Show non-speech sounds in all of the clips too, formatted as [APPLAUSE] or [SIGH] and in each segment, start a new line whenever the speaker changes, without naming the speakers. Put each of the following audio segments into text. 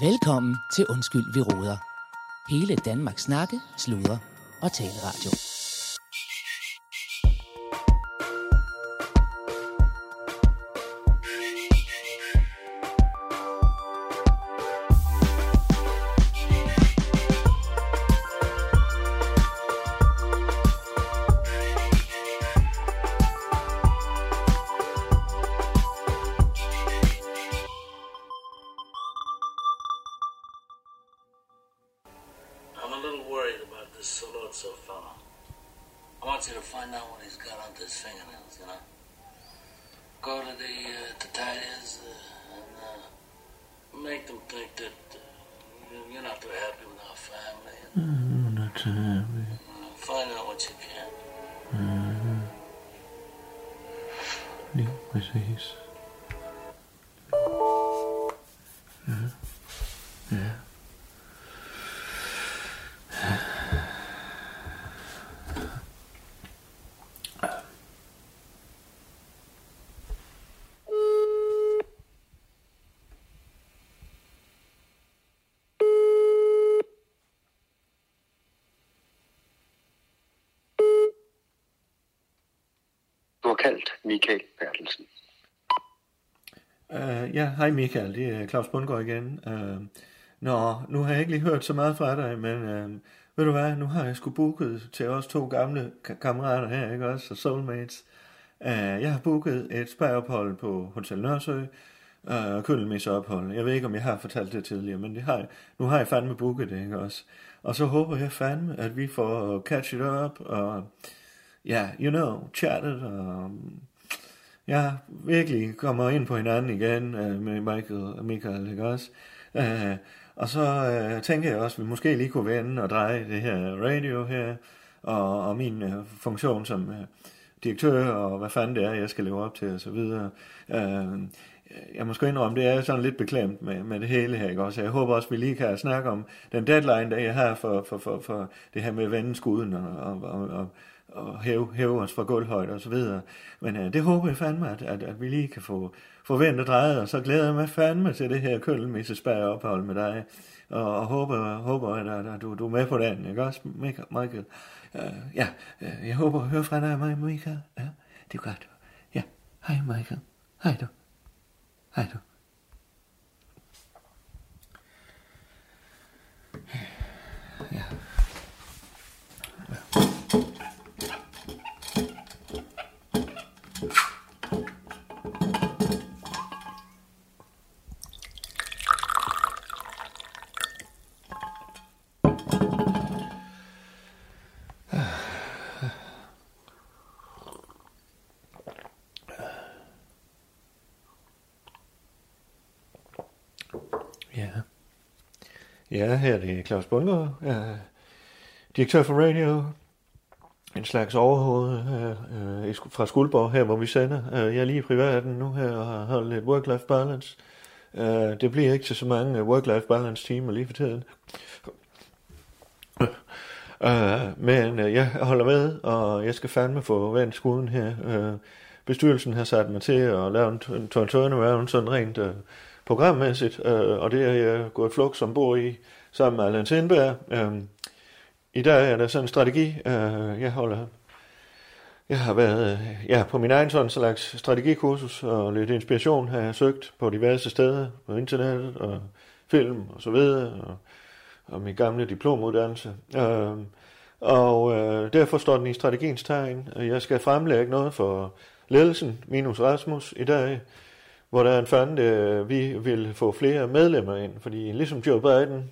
Velkommen til Undskyld, vi råder. Hele Danmarks snakke, sludre og taleradio.
I'm a little worried about this Solozzo fellow. I want you to find out what he's got under his fingernails, you know? Go to the uh, Tatalias uh, and uh, make them think that uh, you- you're not too happy with our family. And,
Not so happy.
uh, find out what you can.
Lige præcis. Ja. Ja.
Du har kaldt Michael Bertelsen.
Uh, ja, hej Michael, det er Claus Bundgaard igen. Uh, nå, nu har jeg ikke lige hørt så meget fra dig, men uh, ved du hvad, nu har jeg sgu booket til os to gamle ka- kammerater her, ikke også, og soulmates. Uh, jeg har booket et spageophold på Hotel Nørresø, øh, og køllmesseophold. Jeg ved ikke, om jeg har fortalt det tidligere, men det har jeg. nu har jeg fandme booket det, ikke også? Og så håber jeg fandme, at vi får catch it up, og ja, yeah, you know, chattet, og ja, virkelig kommer ind på hinanden igen øh, med Michael og Michael, ikke også? Øh, og så øh, tænker jeg også, at vi måske lige kunne vende og dreje det her radio her, og, og min øh, funktion som øh, direktør, og hvad fanden det er, jeg skal leve op til, og så videre. Øh, jeg må sgu indrømme, det er sådan lidt beklemt med, med det hele her, ikke også? Jeg håber også, vi lige kan snakke om den deadline, der jeg har for, for, for, for det her med at vende skuden og, og, og, og og hæve, hæve os fra gulvhøjde og så videre. Men øh, det håber jeg fandme, at, at, at vi lige kan få, få vendt og drejet, og så glæder jeg mig fandme til det her køllmessespær ophold med dig, og, og håber, håber at, at, at du, du er med på den, ikke også, Michael? Michael? Øh, ja, øh, jeg håber at høre fra dig, Mi- Michael. Ja, det er godt. Ja, hej Michael. Hej du. Hej du. Ja. Ja, her er det Claus Bundgaard, øh, direktør for radio, en slags overhoved øh, øh, i Sk- fra Skuldborg, her hvor vi sender. Øh, jeg er lige i privaten nu her og har holdt lidt work-life balance. Øh, det bliver ikke til så mange øh, work-life balance timer lige for tiden. Øh, men øh, jeg holder med, og jeg skal fandme få vendt skuden her. Øh, bestyrelsen har sat mig til at lave en t- t- turnaround sådan rent øh, programmæssigt, øh, og det er jeg gået flok som bor i sammen med Allan Sindberg. Øh, I dag er der sådan en strategi, øh, jeg holder jeg har været øh, ja, på min egen sådan slags strategikursus, og lidt inspiration har jeg søgt på diverse steder, på internettet og film og så videre, og, og min gamle diplomuddannelse. Øh, og øh, derfor står den i strategiens tegn. og Jeg skal fremlægge noget for ledelsen, minus Rasmus, i dag, hvordan fanden øh, vi vil få flere medlemmer ind. Fordi ligesom Joe Biden,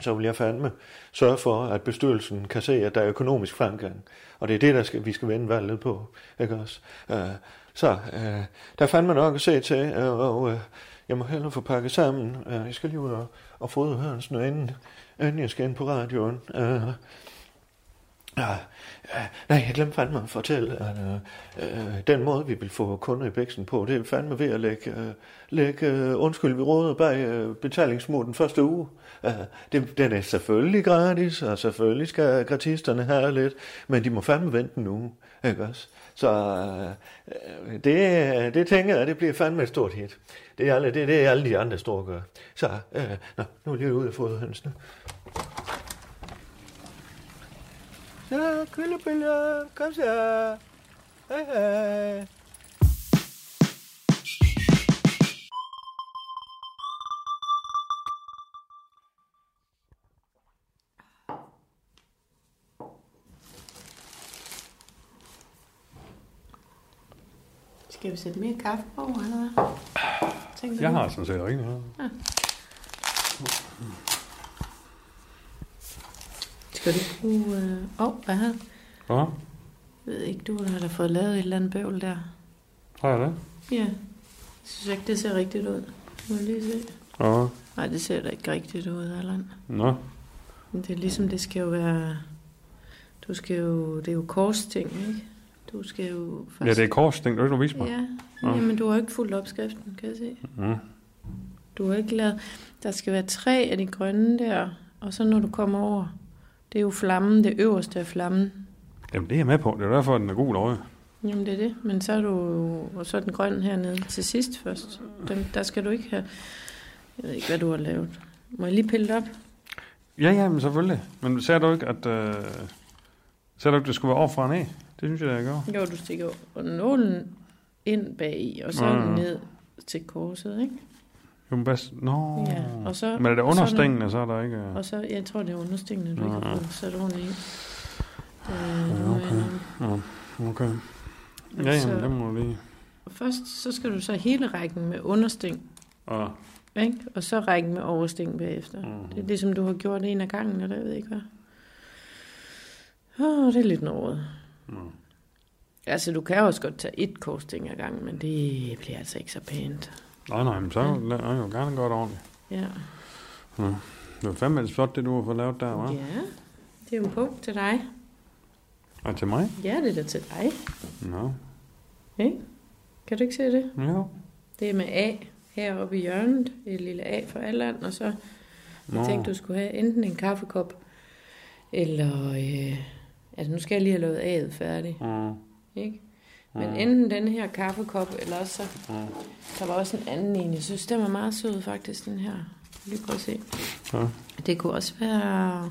så vil jeg fandme sørge for, at bestyrelsen kan se, at der er økonomisk fremgang. Og det er det, der skal, vi skal vende valget på. Ikke også? Øh, så øh, der fandt man nok at se til, øh, og øh, jeg må hellere få pakket sammen. Øh, jeg skal lige ud og, og fodre Hørensen, inden, inden jeg skal ind på radioen. Øh, Ja, ja, nej, jeg glemte fandme at fortælle, at øh, øh, den måde, vi vil få kunder i bæksen på, det er fandme ved at lægge, øh, lægge øh, undskyld, vi råder bag øh, betalingsmur den første uge. Øh, det, den er selvfølgelig gratis, og selvfølgelig skal gratisterne have lidt, men de må fandme vente en uge, ikke også? Så øh, det, det tænker jeg, det bliver fandme et stort hit. Det er, alle, det, det er alle de andre store gør. Så øh, nå, nu er jeg lige ude af fodhønsene. Så, køllebøller, kom så. Hej, hej.
Skal vi sætte mere kaffe på, eller hvad? Tænker
Jeg
du?
har sådan set rigtig meget.
Skal du bruge... Åh, øh... oh, hvad havde?
Ja,
Jeg ved ikke, du har da fået lavet et eller andet bøvl der.
har jeg det?
Ja. Jeg synes ikke, det ser rigtigt ud. Må jeg lige se.
Ja,
Nej, det ser da ikke rigtigt ud, Allan.
nå.
Men det er ligesom, det skal jo være... Du skal jo... Det er jo korsting, ikke? Du skal jo...
Ja, det er korsting, du ikke vise mig.
Ja,
Nå.
jamen du har ikke fulgt opskriften, kan jeg se.
Mm.
Du har ikke lavet... Der skal være tre af de grønne der, og så når du kommer over, det er jo flammen, det øverste af flammen.
Jamen, det er jeg med på. Det er derfor, den er gul over.
Jamen det er det, men så er du... Og så er den grønne hernede til sidst først. Dem, der skal du ikke have... Jeg ved ikke, hvad du har lavet. Må jeg lige pille det op?
Ja, ja, men selvfølgelig. Men sagde du ikke, at... Øh, sagde du ikke, det skulle være overfra og ned? Det synes jeg, da jeg gør.
Jo, du stikker jo nålen ind bag i, og så
Ja, ja.
ned til korset, ikke?
Jo, men best... Nå.
Ja, og så-
Men er det under
sådan-
stængene, så er der ikke... Øh...
Og så, jeg tror, det er understingene, du ikke
Ja,
har
ja.
fået sat ordentligt ind. Øh,
Mm-hmm. Ja,
nu er jeg
okay.
nok-
Okay. Ja, jamen,
Så-
det må du lige...
Først så skal du så hele rækken med understing,
Og,
ikke? og så rækken med oversting bagefter.
Mhm.
Mm-hmm. Det er ligesom du har gjort en af gangen, eller jeg ved ikke hvad. Åh, det er lidt noget.
mm.
Altså, du kan jo også godt tage et korsting ad gangen, men det bliver altså ikke så pænt.
Nej, nej, men så er det er jo gerne godt ordentligt.
Ja,
Det var fandme lidt flot, det du har fået lavet der, hva'?
ja. det er jo en punkt til dig.
Og til mig?
Ja, det er da til dig.
Nå.
Ikke? Kan du ikke se det?
Jo.
Det er med A heroppe i hjørnet, et lille A for Allan, og så jeg
Nå.
tænkte, du skulle have enten en kaffekop, eller, øh, altså nu skal jeg lige have lavet A'et færdig,
Mm.
ikke? Men enten den her kaffekop, eller også så,
Mm.
der var også en anden en, jeg synes, den var meget sød faktisk, den her. Lige prøv at se.
Ja.
Det kunne også være,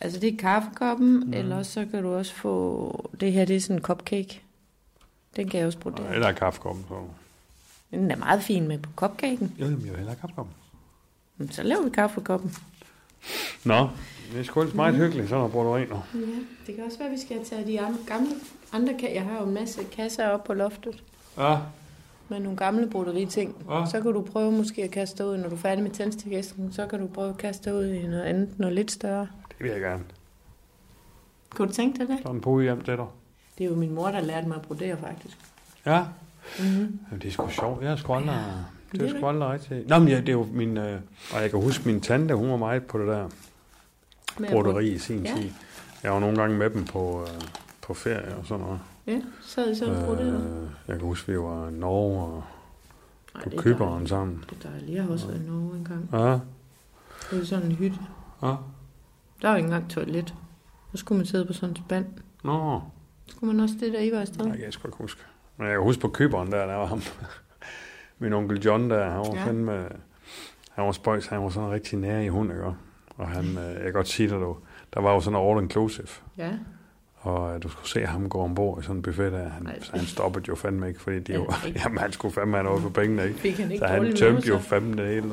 altså det er kaffekoppen, mm. eller også så kan du også få, det her det er sådan en cupcake. Den kan jeg også bruge.
Eller kaffekoppen, så.
Den er meget fin med på cupcaken.
Jo, jamen, jeg vil hellere kaffekoppen.
Jamen, Så laver vi kaffekoppen.
Nå. Det er sgu ellers meget hyggeligt, sådan at bruge dig ind.
Ja, det kan også være, at vi skal tage de am- gamle andre kasser. Jeg har jo en masse kasser op på loftet
Ja,
med nogle gamle broderiting.
Ja.
Ja. Så kan du prøve måske at kaste det ud, når du er færdig med tændstikæsken. Så kan du prøve at kaste det ud i noget andet, noget lidt større.
det vil jeg gerne.
Kunne du tænke dig det?
Der er en pude hjem til dig.
Det er jo min mor, der lærte mig at brodere, faktisk.
Ja. Mm-hmm. Jamen, det er sgu sjovt. Jeg er sgu aldrig... Det er
Det er
jo sgu aldrig rigtigt. Nå, men ja, det er jo min... Øh, og jeg kan huske, min tante, hun var meget på det der
Med at
broderi i sin
Ja.
tid. Jeg var nogle gange med dem på, øh, på ferie og sådan noget.
bro- Ja, så sad I sådan og broderede.
Øh, jeg kan huske, vi var i Norge og
Ej,
på
det er
Køberen
dejligt.
sammen.
Det er dejligt. Jeg har også været i Norge engang.
Ja,
Det var sådan en hytte.
ja.
Der var ikke engang toilet. Så skulle man sidde på sådan en spand.
Nå,
Skulle man også det, der I var afsted?
nej, jeg kan sgu ikke huske. Men jeg kan huske på Køberen der, der var ham. [LAUGHS] Min onkel John der, han var ja.
Ja.
fandme... Han var spøjs, han var sådan rigtig nær i hund, ikke? Og han, øh, jeg kan godt sige det du, der var jo sådan en all inclusive.
Ja.
Og øh, du skulle se ham gå ombord i sådan en buffet der. Han,
Ej.
så han stoppede jo fandme ikke, fordi de
Ja,
jo,
ikke?
jamen, han skulle fandme have noget for pengene, ikke?
Fik han ikke
Så han
dårlig
tømte
mave,
jo
så?
fandme det hele.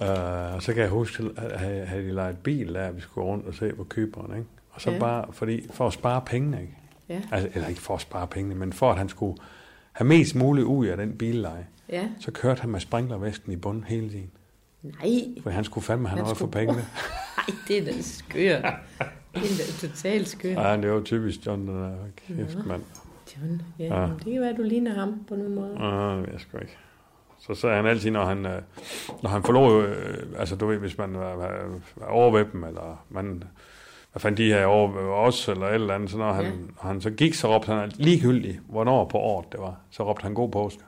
Uh, og så kan jeg huske, at havde, havde de lejet bil der, vi skulle rundt og se på køberen, ikke? Og så ja.
Ja.
bare, fordi, for at spare pengene, ikke?
Ja.
Altså, eller ikke for at spare pengene, men for at han skulle have mest muligt ud af den billeje,
Ja.
så kørte han med sprinklervæsken i bunden hele tiden.
Nej,
For han skulle fandme have
Han
noget for
skulle [LAUGHS]
pengene.
Ej, det er da skørt. Det er da totalt skørt.
Ja, det var typisk John, den der kæft, mand.
John, ja,
Ja.
ja. det kan være, at du ligner ham på nogen måde.
Nej, det ved jeg sgu ikke. Så sagde han altid, når han, øh, når han forlod, øh, altså du ved, hvis man var, var, var overvæbnet, eller man hvad fanden de her over ved os, eller et eller andet, så når han, han så gik, så råbte han ligegyldigt, hvornår på året det var, så råbte han god påske.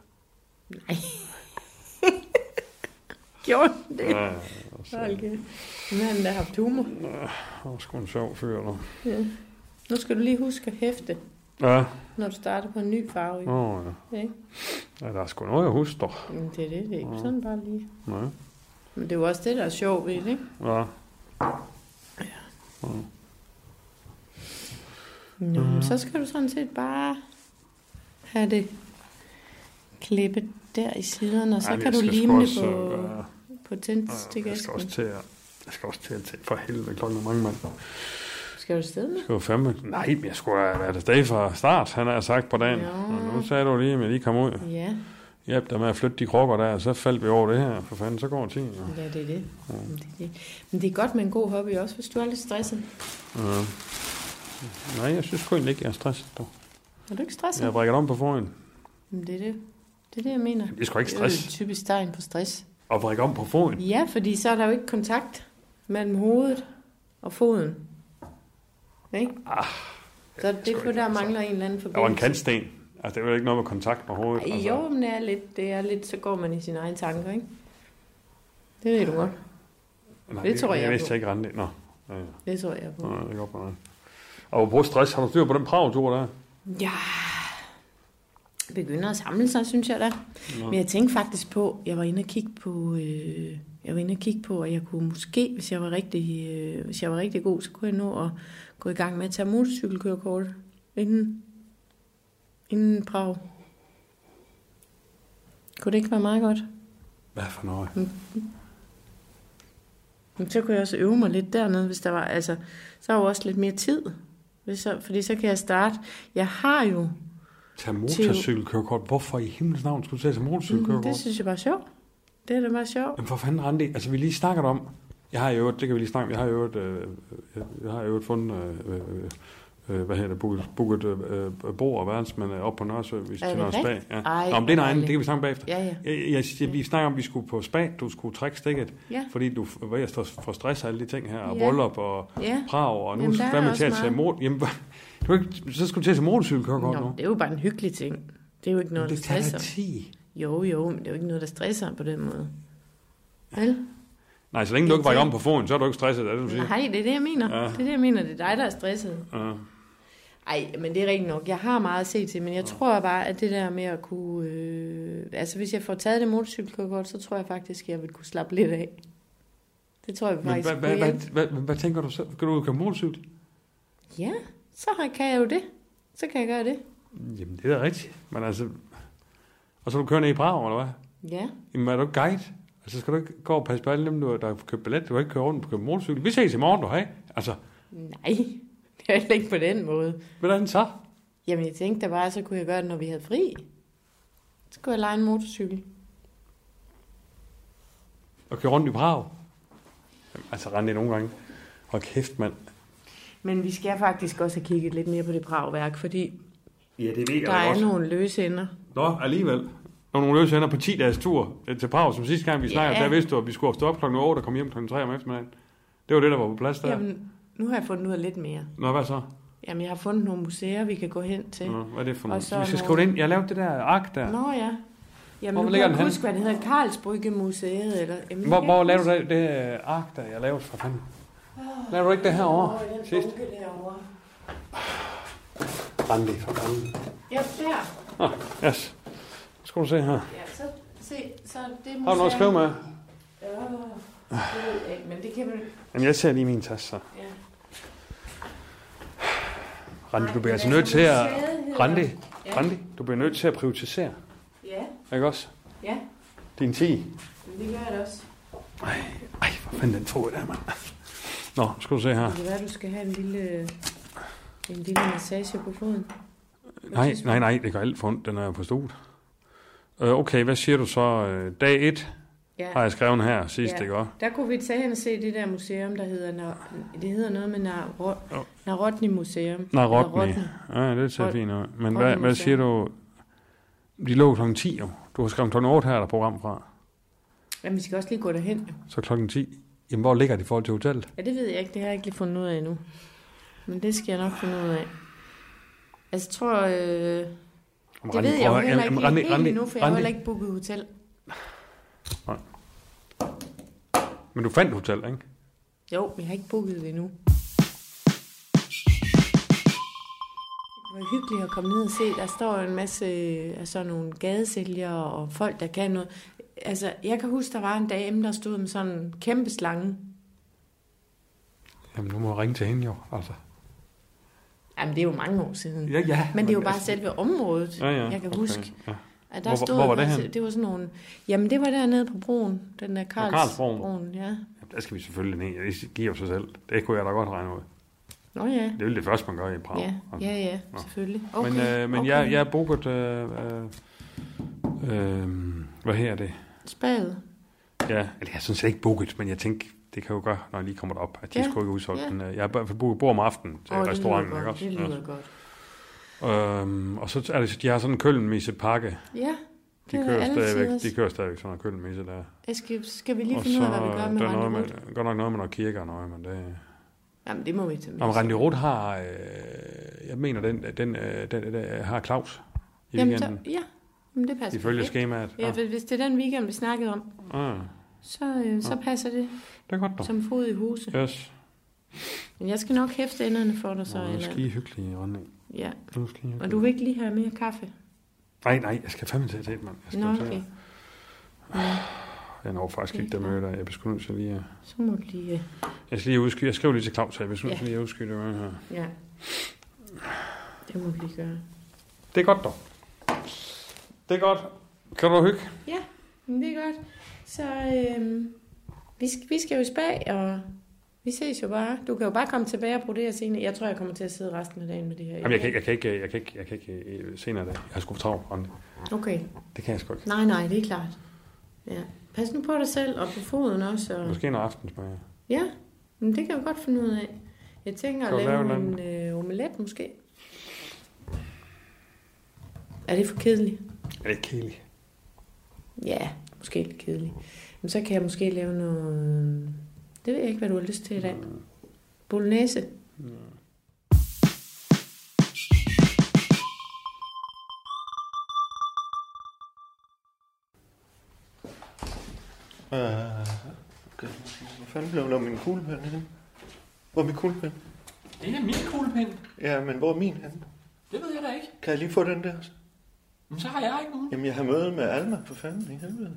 Gjorde den det?
Ja, og så
Hold kæft. Nu har han da haft humor.
var sgu en sjov fyr, nu.
Nu skal du lige huske at hæfte,
Ja,
når du starter på en ny farve. Ikke?
åh, ja.
Ja. ikke?
ja, der er sgu noget, jeg husker.
Jamen, det er det, det er ikke sådan bare lige.
Ja,
Men det er jo også det, der er sjovt ved det, ikke?
ja.
Nå, mm. så skal du sådan set bare have det klippet der i siderne, og så
Ej,
kan
jeg
du
skal sgu
lime det
også,
på,
øh,
på
Jeg skal også
tændstikasken.
til at... Jeg skal også til at tage for helvede klokken er mange mand.
Skal du afsted med?
Det var fandme... Nej, men jeg skulle have været afsted fra start, han har sagt på dagen.
Ja.
Og nu sagde du lige, at jeg lige kom ud.
Ja,
Hjælp dig med at flytte de krokker der, så faldt vi over det her. For fanden, så går tiden. jo.
ja det, er det. Mm. det er det. Men det er godt med en god hobby også, hvis du er lidt stresset.
Ja. Nej, jeg synes sgu egentlig ikke, jeg er stresset. Dog.
Er du ikke stresset?
Jeg brækker om på forhånden.
Jamen, det er det. Det er det, jeg mener.
Det er sgu ikke
Det er jo
stress.
typisk tegn på stress.
Og brække om på forhånden.
Ja, fordi så er der jo ikke kontakt mellem hovedet og foden. Ikke? Ah, så det
sgu
er for,
ikke,
der
altså.
mangler en eller anden
Der var en
forbindelse.
kantsten. Altså, det var ikke noget med kontakt Altså, med hovedet.
Ej, Jo, men det er, lidt, det er lidt, så går man i sine egne tanker, ikke? Det ved du godt.
nej,
det tror jeg
Jeg
på.
vidste jeg ikke rent ind. Nå, ja, ja.
Det tror jeg på.
Nå, det er godt på Og på stress, har du styr på den pravtur der?
Ja, begynder at samle sig, synes jeg da. Men jeg tænkte faktisk på, jeg var inde og kigge på, øh, jeg var inde og kigge på, at jeg kunne måske, hvis jeg var rigtig, øh, hvis jeg var rigtig god, så kunne jeg nå at gå i gang med at tage motorcykelkørekort inden, inden Prag. Kunne det ikke være meget godt?
Hvad for noget?
Mm. Men så kunne jeg også øve mig lidt dernede, hvis der var, altså, så er jo også lidt mere tid. Hvis så, fordi så kan jeg starte. Jeg har jo,
Tag motorcykelkørekort. Hvorfor i himlens navn skulle du tage til motorcykelkørekort?
Mm, det synes jeg bare er sjovt. Det er da meget sjovt.
Jamen for fanden, Randi, altså vi lige snakker om, jeg har i øvrigt, det kan vi lige snakke om, jeg har i øvrigt, øh, jeg, jeg har i øvrigt fundet, øh, øh, øh, hvad hedder det, booket, booket øh, øh, bord og værelse, men øh, op på Nørreservice
det
til Nørre Spa.
rigtigt?
Ja.
Ej,
Nå, men det er
hvor
nej, det
dejligt.
kan vi snakke om bagefter.
Ja, ja.
Jeg, jeg, jeg, vi snakker om, at vi skulle på spa, du skulle trække stikket,
Ja.
fordi du f- var jeg for stress af alle de ting her, og
Ja.
bryllup og
Ja.
Prag, og nu
Jamen, der er
er man
også
til at tage
meget.
mod, jamen, du er ikke, så skulle du til at tage motorcykelkørekort
Nå,
nu.
det er jo bare en hyggelig ting. Det er jo ikke noget, der
Det tager da
stresser.
10.
Jo, jo, men det er jo ikke noget, der stresser på den måde. Vel?
Nej, så længe du ikke var
tager-
om på foden, så er du ikke stresset, er det du siger.
Nej, det er det, jeg mener. Ja. Det er det, jeg mener. Det er dig, der er stresset.
Ja.
Ej, men det er rigtigt nok. Jeg har meget at se til, men jeg tror bare, at det der med at kunne... Øh, altså, hvis jeg får taget det motorcykelkort, så tror jeg faktisk, at jeg vil kunne slappe lidt af. Det tror jeg
Men
faktisk.
hvad,
kunne
hvad, hvad,
hjælpe.
hvad, hvad, hvad tænker du så? Kan du ud og køre motorcykel?
Ja, så har- kan jeg jo det. Så kan jeg gøre det.
Jamen, det er da rigtigt. Men altså... Og så er du kører ned i Prag, eller hvad?
Ja.
Jamen, er du ikke guide? Altså, skal du ikke gå og passe på alle dem, du, der har købt billet? Du kan ikke køre rundt på købe motorcykel. Vi ses i morgen, du har, ikke? Altså,
Nej, [LAUGHS] det er heller ikke på den måde.
hvordan så?
Jamen, jeg tænkte da bare, så kunne jeg gøre det, når vi havde fri. Så kunne jeg lege en motorcykel.
Og køre rundt i Prag? Jamen, altså, rende nogle gange. Hold kæft, mand.
Men vi skal faktisk også have kigget lidt mere på det pragværk, fordi
Ja, det ved
der er nogle løse ender.
Nå, alligevel. Der var nogle løse hænder på 10 dages tur øh, til Prag, som sidste gang vi snakkede,
Ja.
der vidste du, at vi skulle stå op klokken 8 og komme hjem klokken 3 om eftermiddagen. Det var det, der var på plads der. Jamen.
Jamen, nu har jeg fundet ud af lidt mere.
Nå, hvad så?
Jamen, jeg har fundet nogle museer, vi kan gå hen til.
Nå, hvad er det for
Og
noget? Vi
så
skal
nogle-
skrive det ind. Jeg lavede det der ark der.
Nå ja. Jamen, nu
Hvor
kan
ligger
jeg ikke
den
huske, hvad det hedder. Karlsbrygge Museet, eller... Jamen,
Hvor, hvor lavede du det, det øh, ark der, jeg lavede for fanden? Lavede du ikke det herovre sidst?
derovre.
Randi for fanden.
Ja, der.
Nå, yes. Nu skal du se her.
Ja, så, se, så det museum.
Har du noget at skrive med?
Øh, det ved jeg ikke, men det kan man...
Jamen, jeg ser lige min taske så.
Ja.
Randi, du bliver
men
altså
altså,
nødt til at...
museet hedder-
Randi,
Ja.
Randi, du bliver nødt til at prioritisere.
Ja,
Ikke også?
ja.
Din 10.
Men det gør jeg da også.
Ej, ej, hvor fanden den tråd der, mand. Nå, nu skal du se her.
Det kan være, du skal have en lille, en lille massage på foden.
Nej, nej, nej, det gør alt for ondt, den er på studiet. Øh, okay, hvad siger du så? Øh, Dag 1
Ja.
har jeg skrevet her sidst, ikke også?
Der kunne vi tage hen og se det der museum, der hedder, Nar- det hedder noget med Narot- Narotni Museum.
Narotny.
Narotny.
Ja, det ser
Rot-
fint ud. Men
Rotny
hvad, hvad
Museum.
siger du? De lå klokken 10 jo. Du har skrevet klokken 8 her, er der program fra.
Jamen, vi skal også lige gå derhen. jo.
Så klokken 10. Jamen, hvor ligger det i forhold til hotellet?
Ja, det ved jeg ikke. Det har jeg ikke lige fundet ud af endnu. Men det skal jeg nok finde ud af. Altså, jeg tror... Øh,
Om
det
Randi-
ved jeg jo
prøv at-
heller ikke
jamen,
helt,
Randi-
helt
Randi-
endnu, for jeg har
Randi-
heller ikke booket hotel.
Men du fandt hotel, ikke?
Jo, men jeg har ikke booket det endnu. Det kunne være hyggeligt at komme ned og se. Der står jo en masse af sådan nogle gadesælgere og folk, der kan noget. Altså, jeg kan huske, der var en dame, der stod med sådan en kæmpe slange.
Jamen, nu må jeg ringe til hende jo, altså.
Jamen, det er jo mange år siden.
Ja, ja.
Men det er jo bare
altså-
selve området,
Ja, ja.
jeg kan
okay,
huske.
Ja.
At der
Hvor-
stod
hvor var det
altså-
henne?
Det var sådan nogle... Jamen, det var dernede på broen. Den der
Karlsbroen.
Karlsbroen. ja.
Jamen, Der skal vi selvfølgelig ned. Det giver jo sig selv. Det kunne jeg da godt regne ud.
Nå ja.
Det er jo det første, man gør i Prag.
Ja,
Altså.
ja, ja,
Nå.
selvfølgelig.
Okay, men øh, men okay. jeg, jeg er booket... Øh, øh, øh, hvad her er det?
Spaget.
Ja, eller jeg er sådan set ikke booket, men jeg tænkte, det kan jo gøre, når jeg lige kommer derop, at de
Ja,
ja. skulle ikke udsolgt.
ja.
Ja. Jeg har i hvert fald booket bord om aftenen til
Åh,
oh,
det
restauranten.
lyder godt. Det
ikke også? Altså.
lyder godt.
Ja. Øhm, og så er det, de har sådan en kølnmisse pakke.
Ja,
De
det er
kører,
altid
stadigvæk,
også.
de kører stadigvæk sådan en kølnmisse der.
Skal, skal vi lige finde ud af, hvad vi gør med
der er noget
Randi
med,
Rut?
godt nok noget med noget kirke og noget, men det...
Jamen, det må vi tage med.
Nå, men Randi Roth har, øh, jeg mener, den, den, øh, den, den har Claus i Jamen,
Jamen, så,
weekenden,
ja, Jamen, det passer.
ifølge
perfekt.
skemaet.
Ja, hvis- hvis det er den weekend, vi snakkede om,
Ah, ah,
så, øh, så passer det
det er godt dog.
som fod i huset.
Yes.
Men jeg skal nok hæfte enderne for dig så,
Nå, Nu er
eller...
skide hyggelig, Randi.
Ja,
Nu er skide
og
hyggelig.
du vil ikke lige have mere kaffe?
Nej, nej, jeg skal fandme til at tæt, mand. Jeg skal
Nå,
til at-
okay. Ja,
Jeg når faktisk
Det er
ikke det
klart.
møde der. Jeg bliver sgu nødt til lige at...
så må du lige... øh,
Jeg, skal lige udskyde. jeg skrev lige til Claus, så jeg bliver sgu nødt
Ja.
til lige at udskyde det møde her.
Ja, det må du lige gøre.
Det er godt dog. Det er godt. Kan du hygge?
Ja, men det er godt. Så øh, vi, skal, vi skal jo i spag, og vi ses jo bare. Du kan jo bare komme tilbage og bruge det her senere. Jeg tror, jeg kommer til at sidde resten af dagen med det her.
Jamen, jeg kan, ikke- jeg kan ikke, jeg kan ikke, jeg kan ikke øh, senere i dag. Jeg har sgu for travlt, Randi.
Okay.
Det kan jeg sgu ikke.
Nej, nej, det er klart. Ja. Pas nu på dig selv og på foden også.
Mm.
Og...
Måske en aftensmad.
Ja, men det kan jeg godt finde ud af. Jeg tænker
Kan
at
du
lave,
lave
en øh, omelet måske. Er det for kedeligt?
Er det ikke kedeligt?
Ja, måske lidt kedeligt. Men så kan jeg måske lave noget... øh, Det ved jeg ikke, hvad du har lyst til i dag.
Mm.
Bolognese.
Øh, okay. Hvor fanden blev der min kuglepen henne? Hvor er min kuglepen?
Det er min kuglepind.
Ja, men hvor er min henne?
Det ved jeg da ikke.
Kan jeg lige få den der?
Men så har jeg ikke nogen.
Jamen, jeg har møde med Alma for fanden i helvede.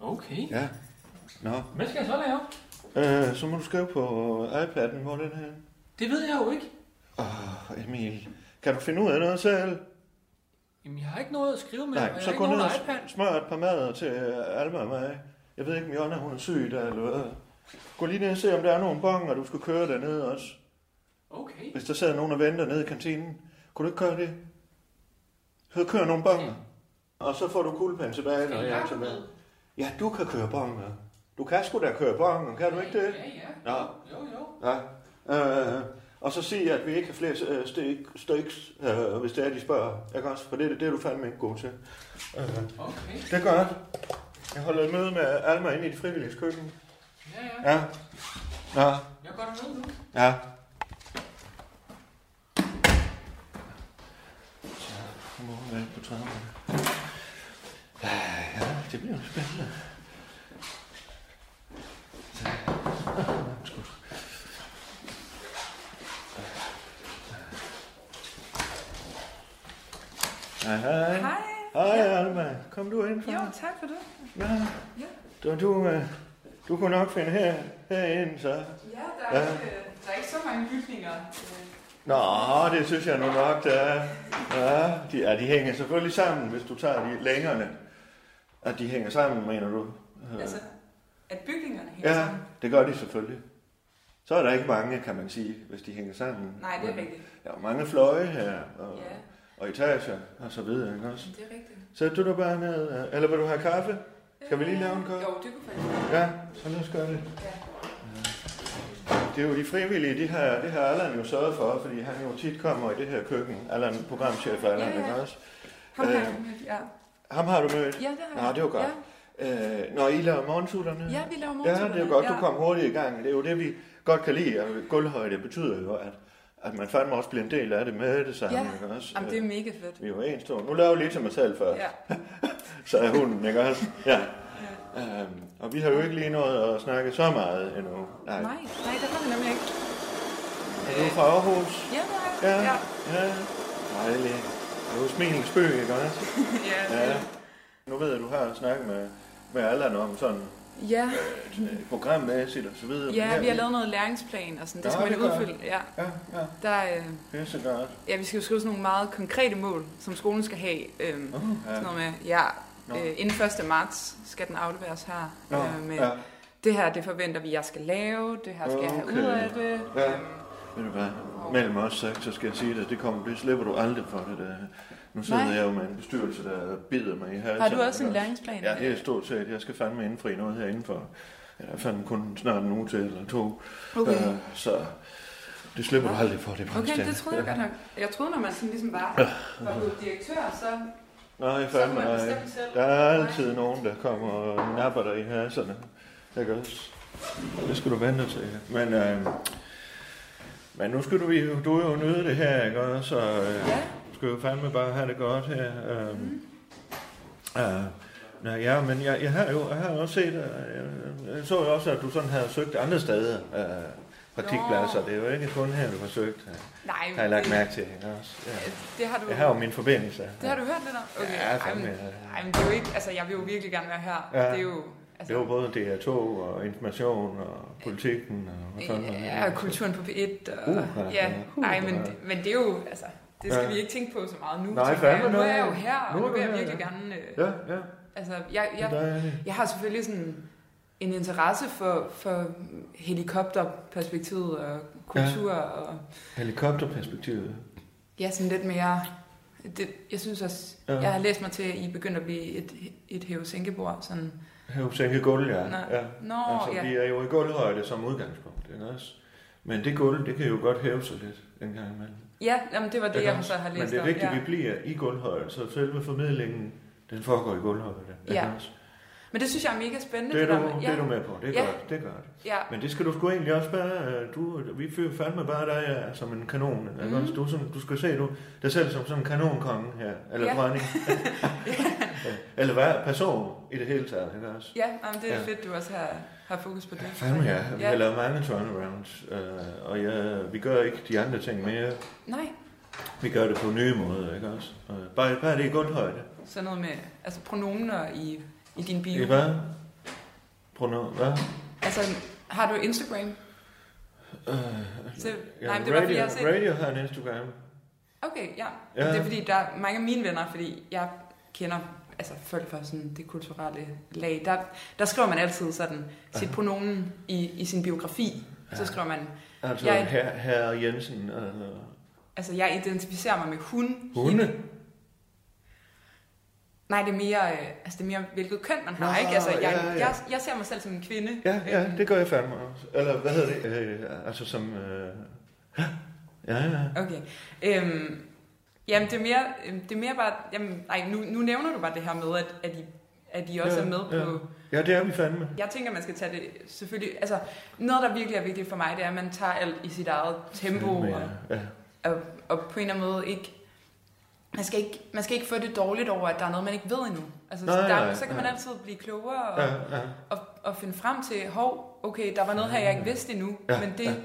Okay.
Ja. Nå,
Hvad skal jeg så lave?
øh, så må du skrive på iPad'en, hvor den er henne.
Det ved jeg jo ikke.
Åh, Emil, kan du finde ud af noget selv?
Jamen, jeg har ikke noget at skrive med, og
Nej,
jeg
så
har ikke
gå ned
nogen
og
iPad.
smør et par mader til øh, Alma og mig. Jeg ved ikke, om Jonna hun er syg der, eller hvad. Gå lige ned og se, om der er nogle bonger, du skal køre dernede også.
Okay.
Hvis der sidder nogen og venter nede i kantinen, kunne du ikke gøre det? Så kør nogle bonger. Og så får du kuglepen tilbage, når jeg er tilbage. Ja, du kan køre bonger. Du kan sgu da køre bonger, kan du ikke det?
Ja, ja.
Nå,
Jo, jo.
ja. Øh, og så sig, at vi ikke har flere øh, stik, styks, øh, hvis det er, de spørger. Jeg kan også, for det, det er du fandme ikke god til. Øh,
Okay.
det gør jeg. Jeg holder et møde med Alma inde i det frivillige køkken.
Ja, ja.
Ja. Nå,
Jeg går derned nu.
ja. Så, nu må hun være på trappen. Ja, ja, det bliver jo spændende. Hej, hej.
Hej.
Hej, Alma. Kom du ind for
Jo, tak for det.
Ja. Du, du, øh, du kunne nok finde her, herinde, så.
Ja, der
Ja.
er, ikke, øh, der er ikke så mange bygninger. øh,
Nå, det synes jeg nu nok, der er. Ja, de, ja, de hænger selvfølgelig sammen, hvis du tager de længerne. At de hænger sammen, mener du? Øh,
Altså, at bygningerne hænger
ja,
sammen.
det gør de selvfølgelig. Så er der ikke mange, kan man sige, hvis de hænger sammen.
Nej, det er
Men
rigtigt.
Der er mange fløje her, og,
Ja,
og etager, og så videre, ikke også?
men det er rigtigt.
Sæt du dig bare ned, øh, eller vil du have kaffe? Skal vi lige lave en kop?
Øh, Jo, det kunne faktisk være.
Ja, så lad os gøre det. Øh, Det er jo de frivillige, de har, det har Allan jo sørget for, fordi han jo tit kommer i det her køkken. Allan, programchef Allan,
Ja, ja.
ikke også?
Kom her.
Øh.
Ja.
Ham har du mødt.
ja, det har
Nå, det var godt.
Ja.
Øh, når I laver morgensutterne?
Ja, vi laver
Ja, det er
morgensutterne,
jo godt, du
ja.
kom hurtigt i gang. Det er jo det, vi godt kan lide. Og gulvhøjde betyder jo, at, at man fandme også bliver en del af det med det samme.
Ja,
ikke også?
Jamen, det er
Øh,
mega fedt.
Vi er jo en stor. Nu laver jeg lige til mig selv først.
Ja.
så er hunden, ikke også? Ja. Øhm, og vi har jo ikke lige nået at snakke så meget endnu. Nej.
Nej, nej, det har vi nemlig ikke.
Er du fra Aarhus?
Ja, nej.
Ja.
Ja.
ja. Dejligt. Det er jo smilens spøg, ikke også?
Ja.
Ja. Nu ved jeg, du har snakket med, med Allan om sådan
ja.
øh, programmæssigt og så videre. men
ja,
her-
vi har lavet noget læringsplan og sådan.
Nå,
Det skal man
det gør
udfylde. Ja.
Ja, ja.
Der, øh,
Det er så godt.
ja, vi skal jo skrive sådan nogle meget konkrete mål, som skolen skal have. Øhm,
Uh, ja.
Sådan noget med, ja,
Nå.
øh, inden 1. marts skal den afleveres her.
Nå,
øh, med,
ja.
Det her, det forventer vi, jeg skal lave. Det her skal jeg have
Okay.
ud af det.
Ja.
Øhm,
Ved du hvad? Mellem os sagt, så skal jeg sige dig, det kommer, det slipper du aldrig for det der. Nu sidder
Nej.
jeg jo med en bestyrelse, der bider mig i halsen.
Har du også en
ikke
læringsplan?
Ja, det er stort set. Jeg skal fandme indfri noget herinde for. Jeg har fandme kun snart en uge til eller to.
Okay.
Øh, så det slipper du aldrig for, det
Okay,
Christian.
det troede jeg godt nok. Jeg troede, når man sådan ligesom bare
Øh.
var blevet direktør, så...
Nej,
Så kan
fandme
man
nej.
bestemme selv.
Der er altid nogen, der kommer og napper dig i haserne. Ikke også? Det skal du vente til. Men, øh, men nu skal du, jo- du jo nyde det her, ikke også? Og, øh,
Ja.
Du
Mhm.
skal jo fandme bare have det godt her. Øh, øh, nej, ja, men jeg, jeg har jo jeg har jo også set, øh, jeg, jeg så jo også, at du sådan havde søgt andre steder. Øh, praktikpladser. Det er jo ikke kun her, du har søgt. øh,
Nej,
Har jeg lagt
det-
mærke til, ikke også? Ja.
Det har du...
Jeg har jo mine forbindelser.
Det har du hørt lidt om? Okay.
Ja,
ej, men,
fandme, ja.
ej, men det er jo ikke... Altså, jeg vil jo virkelig gerne være her.
Ja.
Det er jo... Altså,
Det var både DR2 og information og politikken og hvad fanden var det?
Ja, og kulturen på P1. Og,
Uh,
ja,
uh,
nej, men,
uh.
men det er jo, altså, det skal
Ja.
vi ikke tænke på så meget nu.
Nej,
tænker
fandme
jeg. Nu er
nej.
jeg jo her, og
Nu
nu
er
vil
du
jeg
her,
virkelig
ja.
gerne... Øh,
Ja, ja.
Altså, jeg, jeg,
Dejligt.
jeg har selvfølgelig sådan en interesse for, for helikopterperspektivet og kultur, ja. og
Helikopterperspektivet.
ja, sådan lidt mere... Det, jeg synes også,
Ja.
ja. jeg har læst mig til, at I begynder at blive et, et hævesænkebord. Sådan,
Jo, sænke gulv, ja.
Nå.
ja.
Nå,
altså,
ja.
vi er jo i gulvhøjde som udgangspunkt, ikke også? Men det gulv, det kan jo godt hæve sig lidt en gang imellem.
ja, jamen, det var det,
Ikke
jeg
også?
så har læst
Men det er
om,
vigtigt, at
ja.
vi bliver i gulvhøjde, så selve formidlingen, den foregår i gulvhøjde. ikke
Ja.
også?
Men det synes jeg er mega spændende.
Det er,
der
du,
med-
det er du med på, det er
Ja.
godt, det er godt.
Ja,
Men det skal du sgu egentlig også bare, øh, du, vi fyrer fandme bare dig ja, som en kanon. Mm.
Mhm.
Du, er sådan, du skal se du, dig selv som sådan en kanonkonge her, eller
Ja.
ja.
[LAUGHS]
dronning. eller hvad, person i det hele taget, ikke også?
Ja, jamen, det er
Ja.
ja. fedt, du også har, har fokus på det.
Fandme ja, vi
Ja.
har lavet mange turnarounds, øh, og ja, vi gør ikke de andre ting mere.
Nej,
Vi gør det på nye måder, ikke også? Øh, bare, bare det i guldhøjde.
sådan noget med altså, pronomener i, i din
I
bio.
hvad? Prøv nu, hvad?
Altså, har du Instagram? Så,
Øh, Ja,
nej, men det var, fordi
radio,
jeg har set...
radio har en Instagram.
Okay, ja.
Ja.
ja. Det er, fordi der er mange af mine venner, fordi jeg kender altså, folk fra sådan det kulturelle lag. Der, der skriver man altid sådan sit pronomen i, i sin biografi. Ja. Så skriver man,
Altså,
Jeg-
her, her Jensen. Øh,
altså jeg identificerer mig med hun. hende.
hunde.
Nej, det er mere, øh, altså, det er mere hvilket køn man har,
Nå,
ikke? Altså, jeg,
ja, ja.
Jeg, jeg ser mig selv som en kvinde.
Ja, ja, det gør jeg fandme også. Eller hvad hedder det? Øh, altså som... Øh... Ja, ja.
Okay. Øhm, jamen, det er mere, øhm, det er mere bare... Jamen, nej, nu, nu nævner du bare det her med, at, at, I, at I også
ja,
er med
ja.
på...
Ja, det er vi fandme.
Jeg tænker, man skal tage det selvfølgelig... Altså, noget, der virkelig er vigtigt for mig, det er, at man tager alt i sit eget tempo,
Fandme,
og,
øh, ja. ja.
og, og på en eller anden måde ikke... Man skal, ikke, man skal ikke få det dårligt over, at der er noget, man ikke ved endnu. Altså,
Nej,
så, der,
nej,
så kan man
nej.
altid blive klogere og,
Ja, ja.
og, og finde frem til, hov, okay, der var noget her, jeg ikke vidste endnu,
Ja,
ja, men det,
ja.
ja.